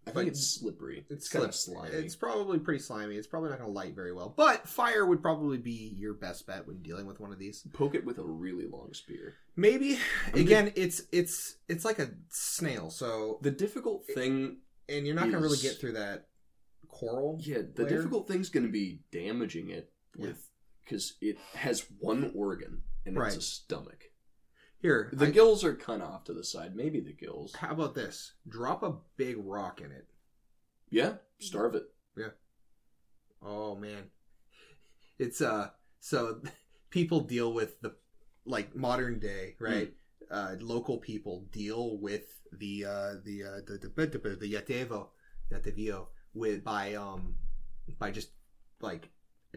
Speaker 2: think it's slippery. It's, kind of
Speaker 1: slip-
Speaker 2: slimy.
Speaker 1: It's probably pretty slimy. It's probably not going to light very well. But fire would probably be your best bet when dealing with one of these.
Speaker 2: Poke it with a really long spear.
Speaker 1: Maybe
Speaker 2: mean-
Speaker 1: again, it's it's it's like a snail. So,
Speaker 2: The difficult thing,
Speaker 1: and you're not going to really
Speaker 2: Is-
Speaker 1: get through that coral.
Speaker 2: yeah, the
Speaker 1: Layer?
Speaker 2: difficult thing's going to be damaging it
Speaker 1: Yeah.
Speaker 2: with because it has one organ and
Speaker 1: Right.
Speaker 2: it's a stomach.
Speaker 1: Here,
Speaker 2: The
Speaker 1: I-
Speaker 2: gills are kind of off to the side. Maybe the gills.
Speaker 1: how about this? Drop a big rock in it.
Speaker 2: Yeah, starve it.
Speaker 1: Oh man, it's uh so (laughs) people deal with the like modern day
Speaker 2: Hmm.
Speaker 1: right. Uh, local people deal with the uh, the, uh, the the the the Yatevo Yatevio with by um by just like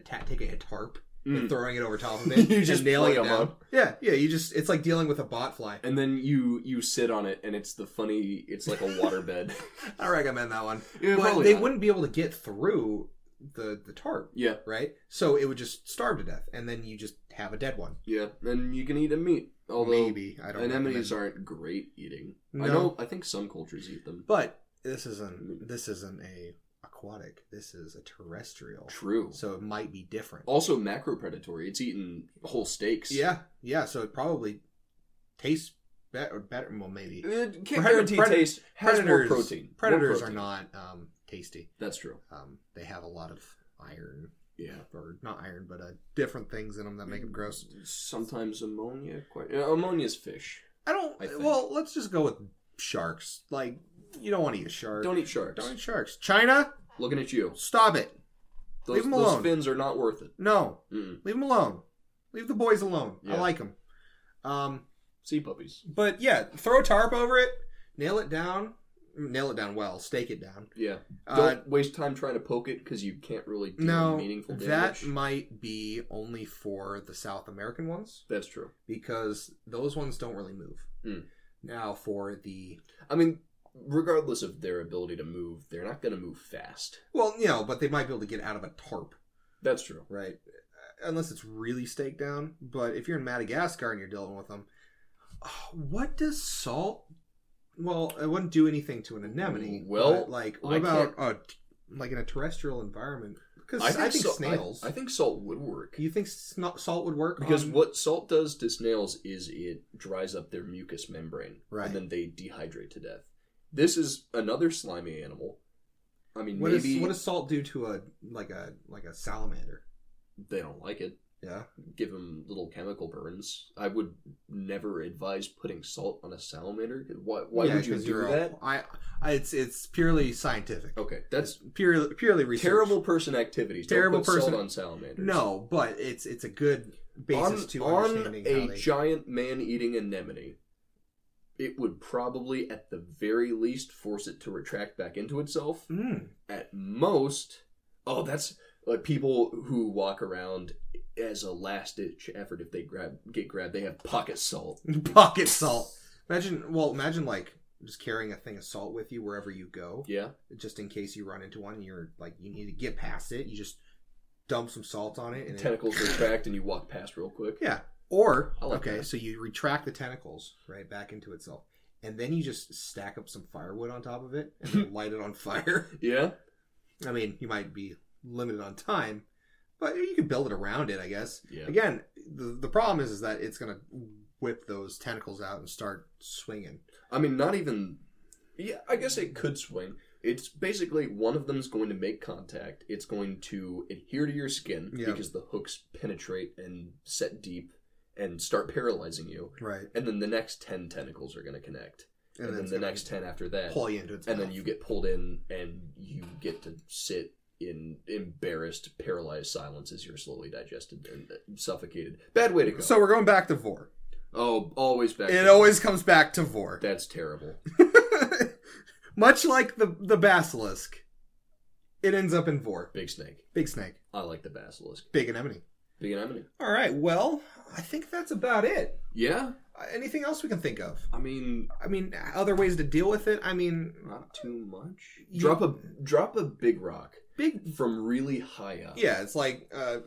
Speaker 1: atta taking a tarp
Speaker 2: Mm.
Speaker 1: and throwing it over top
Speaker 2: (laughs)
Speaker 1: of it.
Speaker 2: You
Speaker 1: and
Speaker 2: just
Speaker 1: nailing
Speaker 2: plug
Speaker 1: it
Speaker 2: 'em
Speaker 1: down.
Speaker 2: up.
Speaker 1: Yeah, yeah. You just it's like dealing with a bot fly.
Speaker 2: And then you you sit on it, and it's the funny. It's like a
Speaker 1: (laughs)
Speaker 2: waterbed.
Speaker 1: I recommend that one.
Speaker 2: Yeah,
Speaker 1: but
Speaker 2: probably
Speaker 1: they
Speaker 2: not.
Speaker 1: wouldn't be able to get through the the tarp,
Speaker 2: Yeah,
Speaker 1: right? So it would just starve to death, and then you just have a dead one.
Speaker 2: yeah. And you can eat a meat, although
Speaker 1: Maybe I don't. recommend-
Speaker 2: anemones aren't great eating. I
Speaker 1: No.
Speaker 2: know. I think some cultures eat them.
Speaker 1: But this isn't this isn't a aquatic. This is a terrestrial.
Speaker 2: True.
Speaker 1: So it might be different.
Speaker 2: Also, macro predatory. It's eating whole steaks.
Speaker 1: Yeah, yeah. So it probably tastes better. Better, well, maybe.
Speaker 2: It can't
Speaker 1: Predator-
Speaker 2: guarantee
Speaker 1: predat-
Speaker 2: taste. Has more protein. More
Speaker 1: Predators
Speaker 2: protein.
Speaker 1: are not um, tasty.
Speaker 2: That's true.
Speaker 1: Um, they have a lot of iron,
Speaker 2: Yeah.
Speaker 1: or not iron, but uh, different things in them that
Speaker 2: Mm.
Speaker 1: make them gross.
Speaker 2: Sometimes ammonia. Quite uh, ammonia's fish.
Speaker 1: I don't.
Speaker 2: I think.
Speaker 1: well, let's just go with sharks. Like you don't want to eat a shark.
Speaker 2: Don't eat sharks.
Speaker 1: Don't eat sharks. China,
Speaker 2: Looking at you.
Speaker 1: stop it.
Speaker 2: Those,
Speaker 1: Leave 'em
Speaker 2: those
Speaker 1: alone.
Speaker 2: fins are not worth it.
Speaker 1: No,
Speaker 2: Mm-mm.
Speaker 1: leave them alone. Leave the boys alone. I
Speaker 2: Yeah.
Speaker 1: like them. Um,
Speaker 2: Sea puppies.
Speaker 1: but yeah, throw a tarp over it, nail it down, nail it down well, stake it down.
Speaker 2: Yeah.
Speaker 1: Uh,
Speaker 2: Don't waste time trying to poke it because you can't really do
Speaker 1: no,
Speaker 2: meaningful damage.
Speaker 1: that might be only for the South American ones
Speaker 2: That's true.
Speaker 1: because those ones don't really move.
Speaker 2: Mm.
Speaker 1: Now for the
Speaker 2: I mean, regardless of their ability to move, they're not going to move fast.
Speaker 1: well, you know, but they might be able to get out of a tarp,
Speaker 2: That's true.
Speaker 1: right? Uh, Unless it's really staked down. But if you're in Madagascar and you're dealing with them, oh, what does salt? Well, it wouldn't do anything to an anemone.
Speaker 2: Well,
Speaker 1: but, like what
Speaker 2: I
Speaker 1: about uh, t- like in a terrestrial environment? Because I think,
Speaker 2: sal-
Speaker 1: snails.
Speaker 2: I, I think salt would work
Speaker 1: you think sna- salt would work
Speaker 2: because
Speaker 1: on-
Speaker 2: what salt does to snails is it dries up their mucous membrane,
Speaker 1: Right.
Speaker 2: and then they dehydrate to death. This is another slimy animal. I mean,
Speaker 1: What, is-
Speaker 2: maybe
Speaker 1: what does salt do to a like a like a salamander?
Speaker 2: they don't like it.
Speaker 1: Yeah,
Speaker 2: Give them little chemical burns. I would never advise putting salt on a salamander. Why, why
Speaker 1: Yeah,
Speaker 2: would you
Speaker 1: 'cause
Speaker 2: do
Speaker 1: you're a-
Speaker 2: that?
Speaker 1: I, I it's it's purely scientific.
Speaker 2: Okay, that's
Speaker 1: It's purely purely research.
Speaker 2: terrible person activities.
Speaker 1: Terrible
Speaker 2: Don't put
Speaker 1: person-
Speaker 2: salt on salamanders.
Speaker 1: No, but it's it's a good basis
Speaker 2: on,
Speaker 1: to
Speaker 2: on
Speaker 1: understanding
Speaker 2: a
Speaker 1: how they.
Speaker 2: giant man-eating anemone. It would probably, at the very least, force it to retract back into itself.
Speaker 1: Mm,
Speaker 2: At most, oh, that's like people who walk around as a last-ditch effort. If they grab get grabbed, they have pocket salt.
Speaker 1: (laughs) pocket salt. Imagine well, imagine like just carrying a thing of salt with you wherever you go,
Speaker 2: Yeah,
Speaker 1: just in case you run into one and you're like you need to get past it. You just dump some salt on it and it-
Speaker 2: tentacles retract, and you walk past real quick.
Speaker 1: Yeah. Or
Speaker 2: I like
Speaker 1: okay,
Speaker 2: that.
Speaker 1: so you retract the tentacles right back into itself, and then you just stack up some firewood on top of it and
Speaker 2: (laughs)
Speaker 1: then light it on fire.
Speaker 2: Yeah,
Speaker 1: I mean, you might be limited on time, but you could build it around it, I guess.
Speaker 2: yeah.
Speaker 1: Again, the the problem is is that it's gonna whip those tentacles out and start swinging.
Speaker 2: I mean, not even. Yeah, I guess it could swing. It's basically one of them's going to make contact. It's going to adhere to your skin
Speaker 1: Yeah.
Speaker 2: because the hooks penetrate and set deep and start paralyzing you.
Speaker 1: Right.
Speaker 2: And then the next 10 tentacles are going to connect. And,
Speaker 1: then
Speaker 2: then
Speaker 1: it's
Speaker 2: the
Speaker 1: gonna
Speaker 2: next 10 after that.
Speaker 1: pull you into its
Speaker 2: and then
Speaker 1: mouth.
Speaker 2: you get pulled in and you get to sit in embarrassed, paralyzed silence as you're slowly digested and uh, suffocated. Bad way to go.
Speaker 1: So we're going back to Vor.
Speaker 2: oh, always back.
Speaker 1: It
Speaker 2: to-
Speaker 1: always comes back to Vor.
Speaker 2: That's terrible.
Speaker 1: (laughs) Much like the the basilisk, it ends up in Vor.
Speaker 2: Big snake.
Speaker 1: Big snake,
Speaker 2: I like the basilisk.
Speaker 1: big anemone.
Speaker 2: Big anemone.
Speaker 1: All right. Well, I think that's about it.
Speaker 2: Yeah,
Speaker 1: Uh, Anything else we can think of?
Speaker 2: I mean,
Speaker 1: I mean, other ways to deal with it. I mean,
Speaker 2: not too much.
Speaker 1: You-
Speaker 2: Drop a drop a big rock
Speaker 1: big.
Speaker 2: from really high up.
Speaker 1: Yeah, it's like uh,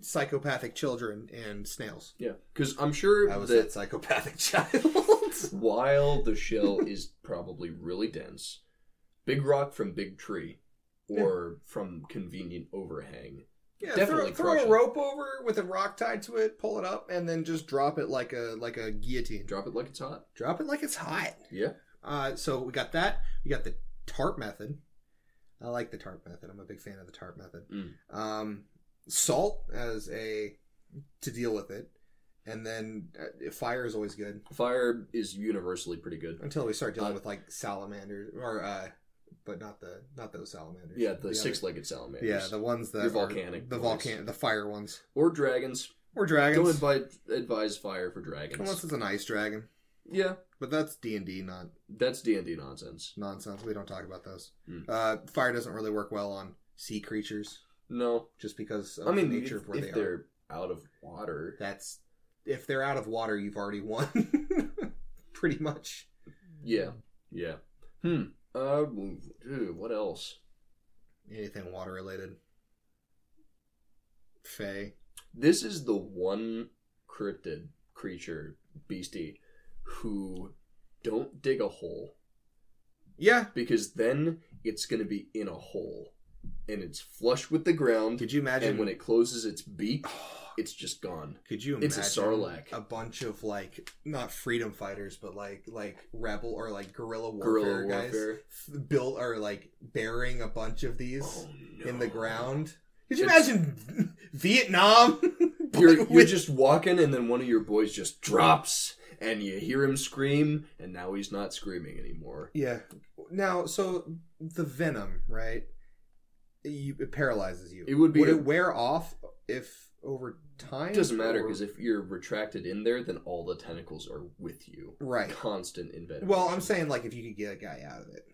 Speaker 1: psychopathic children and snails.
Speaker 2: yeah. Because I'm sure
Speaker 1: I was
Speaker 2: that
Speaker 1: that psychopathic child.
Speaker 2: while the shell (laughs) is probably really dense, big rock from big tree or from convenient overhang.
Speaker 1: yeah,
Speaker 2: Definitely
Speaker 1: throw, throw
Speaker 2: crush
Speaker 1: a
Speaker 2: it.
Speaker 1: rope over with a rock tied to it, pull it up, and then just drop it like a like a guillotine. Drop,
Speaker 2: Drop it like it's hot.
Speaker 1: drop it like it's hot.
Speaker 2: Yeah.
Speaker 1: Uh, so we got that. We got the tarp method. I like the tarp method. I'm a big fan of the tarp method.
Speaker 2: Mm.
Speaker 1: Um, salt as a to deal with it, and then uh, fire is always good
Speaker 2: Fire is universally pretty good.
Speaker 1: until we start dealing
Speaker 2: Uh,
Speaker 1: with like salamanders or uh, but not the not those salamanders.
Speaker 2: Yeah, the
Speaker 1: other-
Speaker 2: six-legged salamanders.
Speaker 1: Yeah, the ones that
Speaker 2: Your
Speaker 1: are
Speaker 2: volcanic
Speaker 1: the
Speaker 2: ones.
Speaker 1: volcan, the fire ones,
Speaker 2: or dragons.
Speaker 1: or dragons.
Speaker 2: Don't advise, advise fire for dragons.
Speaker 1: Unless it's an ice dragon,
Speaker 2: yeah,
Speaker 1: but that's D and D, not
Speaker 2: that's D and D nonsense.
Speaker 1: nonsense. We don't talk about those.
Speaker 2: Mm.
Speaker 1: Uh, fire doesn't really work well on sea creatures
Speaker 2: No,
Speaker 1: just because of
Speaker 2: I mean
Speaker 1: the nature
Speaker 2: if,
Speaker 1: of where
Speaker 2: if
Speaker 1: they
Speaker 2: they're
Speaker 1: are.
Speaker 2: out of water,
Speaker 1: That's if they're out of water, you've already won. (laughs) Pretty much.
Speaker 2: yeah, yeah. Hmm. Uh, dude, what else?
Speaker 1: Anything water related. Fae.
Speaker 2: This is the one cryptid creature beastie who don't dig a hole
Speaker 1: Yeah.
Speaker 2: because then it's going to be in a hole and it's flush with the ground.
Speaker 1: Could you imagine Oh, (sighs)
Speaker 2: and when it closes its beak, it's just gone.
Speaker 1: Could you imagine
Speaker 2: It's a Sarlacc.
Speaker 1: a bunch of like not freedom fighters, but like like rebel or like guerrilla warfare
Speaker 2: Guerrilla
Speaker 1: guys
Speaker 2: warfare.
Speaker 1: f- built or like burying a bunch of these in the
Speaker 2: Oh, no.
Speaker 1: ground? Could you
Speaker 2: It's-
Speaker 1: imagine (laughs) Vietnam? (laughs)
Speaker 2: You're,
Speaker 1: But
Speaker 2: you're
Speaker 1: with-
Speaker 2: just walking, and then one of your boys just drops, and you hear him scream, and now he's not screaming anymore.
Speaker 1: yeah. Now, so the venom, right? You, it paralyzes you.
Speaker 2: It would be-
Speaker 1: Would it wear off if over time?
Speaker 2: It doesn't matter
Speaker 1: or-
Speaker 2: because if you're retracted in there, then all the tentacles are with you.
Speaker 1: right.
Speaker 2: Constant invention.
Speaker 1: Well, I'm saying like if you could get a guy out of it,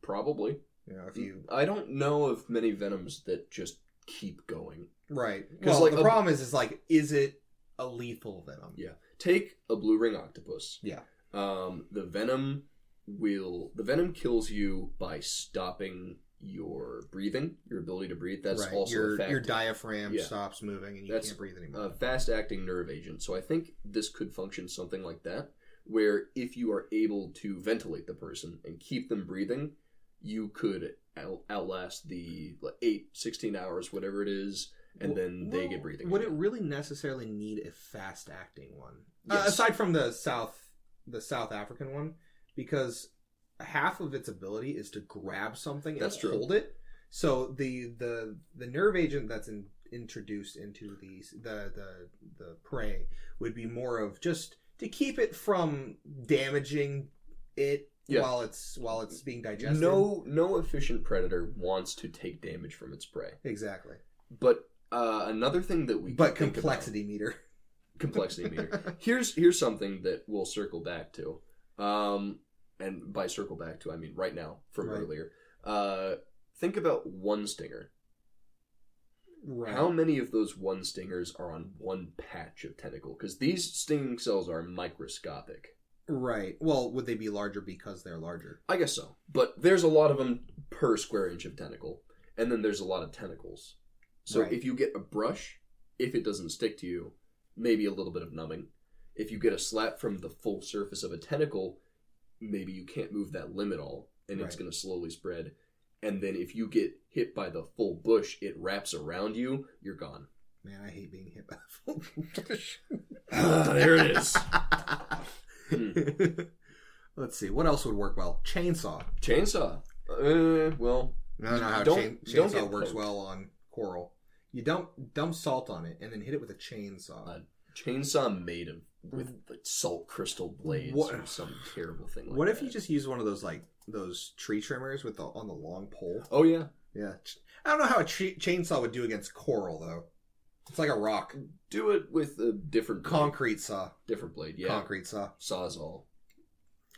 Speaker 2: probably.
Speaker 1: you know, if you
Speaker 2: I don't know of many venoms that just keep going.
Speaker 1: Right.
Speaker 2: 'Cause,
Speaker 1: Well,
Speaker 2: like,
Speaker 1: the
Speaker 2: a-
Speaker 1: problem is, is like, is it a lethal venom?
Speaker 2: Yeah. Take a blue ring octopus.
Speaker 1: Yeah.
Speaker 2: Um, the venom will the venom kills you by stopping your breathing, your ability to breathe. That's
Speaker 1: right.
Speaker 2: also
Speaker 1: your
Speaker 2: a fact.
Speaker 1: your diaphragm
Speaker 2: Yeah.
Speaker 1: stops moving and you
Speaker 2: That's,
Speaker 1: can't breathe anymore.
Speaker 2: a fast acting nerve agent. So I think this could function something like that, where if you are able to ventilate the person and keep them breathing, you could out- outlast the like, 8, 16 hours, whatever it is, and then they get breathing.
Speaker 1: Would it
Speaker 2: again.
Speaker 1: really necessarily need a fast acting one? Uh,
Speaker 2: Yes.
Speaker 1: aside from the South the South African one, because half of its ability is to grab something
Speaker 2: That's
Speaker 1: and
Speaker 2: true.
Speaker 1: hold it. So the the the nerve agent that's in, introduced into the the the the prey would be more of just to keep it from damaging it
Speaker 2: Yeah.
Speaker 1: while it's while it's being digested.
Speaker 2: No, no efficient predator wants to take damage from its prey.
Speaker 1: exactly.
Speaker 2: But uh, another thing that we
Speaker 1: But
Speaker 2: can think about-
Speaker 1: complexity meter.
Speaker 2: (laughs) complexity meter. here's here's something that we'll circle back to um and by circle back to i mean right now from
Speaker 1: Right.
Speaker 2: earlier uh think about one stinger
Speaker 1: (laughs) Right.
Speaker 2: how many of those one stingers are on one patch of tentacle because these stinging cells are microscopic
Speaker 1: Right. Well, would they be larger because they're larger?
Speaker 2: i guess so but there's a lot of them per square inch of tentacle and then there's a lot of tentacles so
Speaker 1: Right.
Speaker 2: if you get a brush if it doesn't stick to you maybe a little bit of numbing if you get a slap from the full surface of a tentacle, maybe you can't move that limb at all, and it's
Speaker 1: Right.
Speaker 2: going to slowly spread. And then if you get hit by the full bush, it wraps around you. You're gone.
Speaker 1: Man, I hate being hit by a
Speaker 2: there it is.
Speaker 1: full. (laughs) Let's see. What else would work well? Chainsaw.
Speaker 2: Chainsaw. Uh, well,
Speaker 1: I don't know how
Speaker 2: Don't-
Speaker 1: chain,
Speaker 2: don't
Speaker 1: chainsaw
Speaker 2: get
Speaker 1: works
Speaker 2: poked.
Speaker 1: well on coral. You dump dump salt on it and then hit it with a chainsaw.
Speaker 2: Uh, chainsaw made of with like, salt crystal blades
Speaker 1: What-
Speaker 2: or some terrible thing. Like
Speaker 1: what if
Speaker 2: that.
Speaker 1: you just use one of those like those tree trimmers with the on the long pole?
Speaker 2: Oh yeah,
Speaker 1: Yeah. Ch- I don't know how a tree, chainsaw would do against coral though. It's like a rock.
Speaker 2: do it with a different blade.
Speaker 1: Concrete saw.
Speaker 2: Different blade. Yeah,
Speaker 1: Concrete saw.
Speaker 2: sawzall.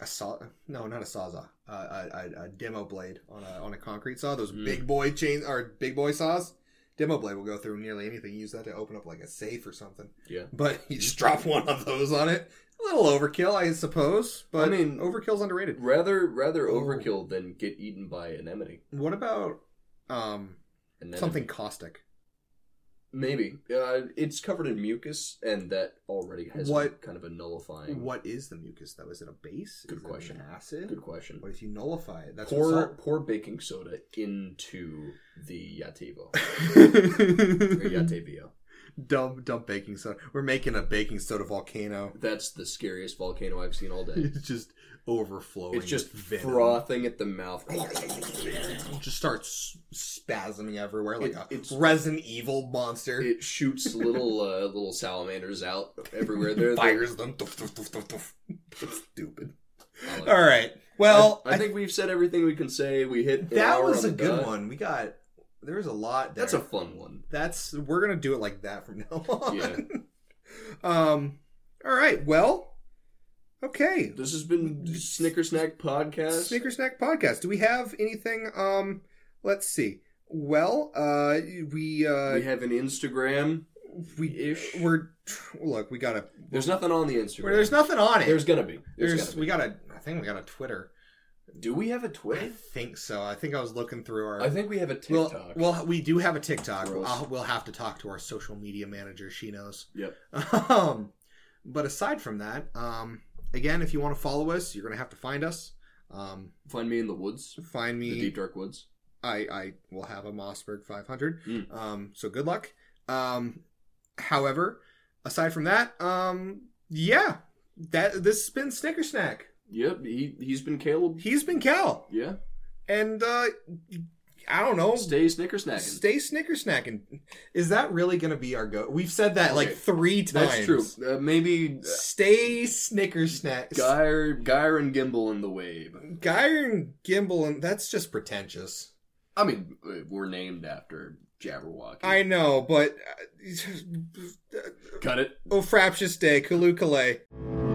Speaker 1: a saw no not a sawzall uh, a, a, a demo blade on a on a concrete saw those
Speaker 2: Mm.
Speaker 1: big boy chain or big boy saws demo blade will go through nearly anything you use that to open up like a safe or something
Speaker 2: Yeah.
Speaker 1: but you just drop one of those on it a little overkill i suppose but
Speaker 2: I mean-
Speaker 1: overkill's underrated
Speaker 2: Rather, rather
Speaker 1: Oh.
Speaker 2: overkill than get eaten by anemone.
Speaker 1: what about um
Speaker 2: anemone.
Speaker 1: something caustic
Speaker 2: Maybe uh, it's covered in mucus, and that already has
Speaker 1: What-
Speaker 2: kind of a nullifying.
Speaker 1: what is the mucus though is it a base
Speaker 2: Good
Speaker 1: Is it
Speaker 2: question.
Speaker 1: an acid
Speaker 2: Good question.
Speaker 1: what if you nullify it that's
Speaker 2: pour
Speaker 1: what
Speaker 2: pour baking soda into the yativo or
Speaker 1: (laughs) salt-
Speaker 2: yatevio.
Speaker 1: dump dump baking soda we're making a baking soda volcano
Speaker 2: That's the scariest volcano I've seen all day.
Speaker 1: (laughs) It's just overflowing.
Speaker 2: It's just
Speaker 1: with venom.
Speaker 2: frothing at the mouth.
Speaker 1: Just starts spasming everywhere like
Speaker 2: It-
Speaker 1: a
Speaker 2: it's-
Speaker 1: Resident Evil monster. (laughs)
Speaker 2: It shoots little uh, little salamanders out everywhere. (laughs) There,
Speaker 1: fires them. Doof, doof, doof, doof, doof.
Speaker 2: (laughs)
Speaker 1: It's stupid.
Speaker 2: I like
Speaker 1: All right. Well,
Speaker 2: I, I think we've said everything we can say. We hit an
Speaker 1: that
Speaker 2: hour
Speaker 1: was
Speaker 2: on
Speaker 1: a
Speaker 2: the
Speaker 1: good
Speaker 2: dot.
Speaker 1: one. We got there was a lot. There.
Speaker 2: That's a fun one.
Speaker 1: That's we're gonna do it like that from now on.
Speaker 2: Yeah.
Speaker 1: (laughs) um. All right. Well. Okay.
Speaker 2: This has been Snicker Snack Podcast.
Speaker 1: Snicker Snack podcast. Do we have anything? Um, let's see. Well, uh, we uh,
Speaker 2: we have an Instagram.
Speaker 1: we
Speaker 2: ish.
Speaker 1: we're tr- look. We got a.
Speaker 2: There's nothing on the Instagram.
Speaker 1: well, There's nothing on it.
Speaker 2: There's gonna be. There's,
Speaker 1: There's-
Speaker 2: gonna
Speaker 1: we got a. I think we got a Twitter.
Speaker 2: be. Do we have a
Speaker 1: I
Speaker 2: Twitter?
Speaker 1: think so. I think I was looking through our.
Speaker 2: I think we have a
Speaker 1: Well,
Speaker 2: TikTok.
Speaker 1: well, we do have a TikTok.
Speaker 2: Gross.
Speaker 1: I'll, we'll have to talk to our social media manager. She knows.
Speaker 2: Yep.
Speaker 1: (laughs) Um, but aside from that, um, again, if you want to follow us, you're gonna have to find us. Um,
Speaker 2: Find me in the woods,
Speaker 1: find me.
Speaker 2: the deep dark woods.
Speaker 1: I I will have a Mossberg 500.
Speaker 2: Mm.
Speaker 1: Um, so good luck. Um, however, aside from that, um, yeah, that this has been Snicker Snack.
Speaker 2: Yep. He he's been Caleb.
Speaker 1: He's been Cal,
Speaker 2: Yeah.
Speaker 1: and uh, I don't know.
Speaker 2: Stay snicker snacking.
Speaker 1: Stay snicker snacking. Is that really going to be our go? We've said that like
Speaker 2: Okay.
Speaker 1: three times.
Speaker 2: That's true. Uh, maybe uh,
Speaker 1: Stay snicker snack.
Speaker 2: Gyre, Gyre and Gimbal in the wave.
Speaker 1: Gyre and Gimbal, and that's just pretentious.
Speaker 2: I mean, uh, we're named after Jabberwocky.
Speaker 1: I know, but uh,
Speaker 2: cut it.
Speaker 1: oh, fraptious day, Kulu Kalay.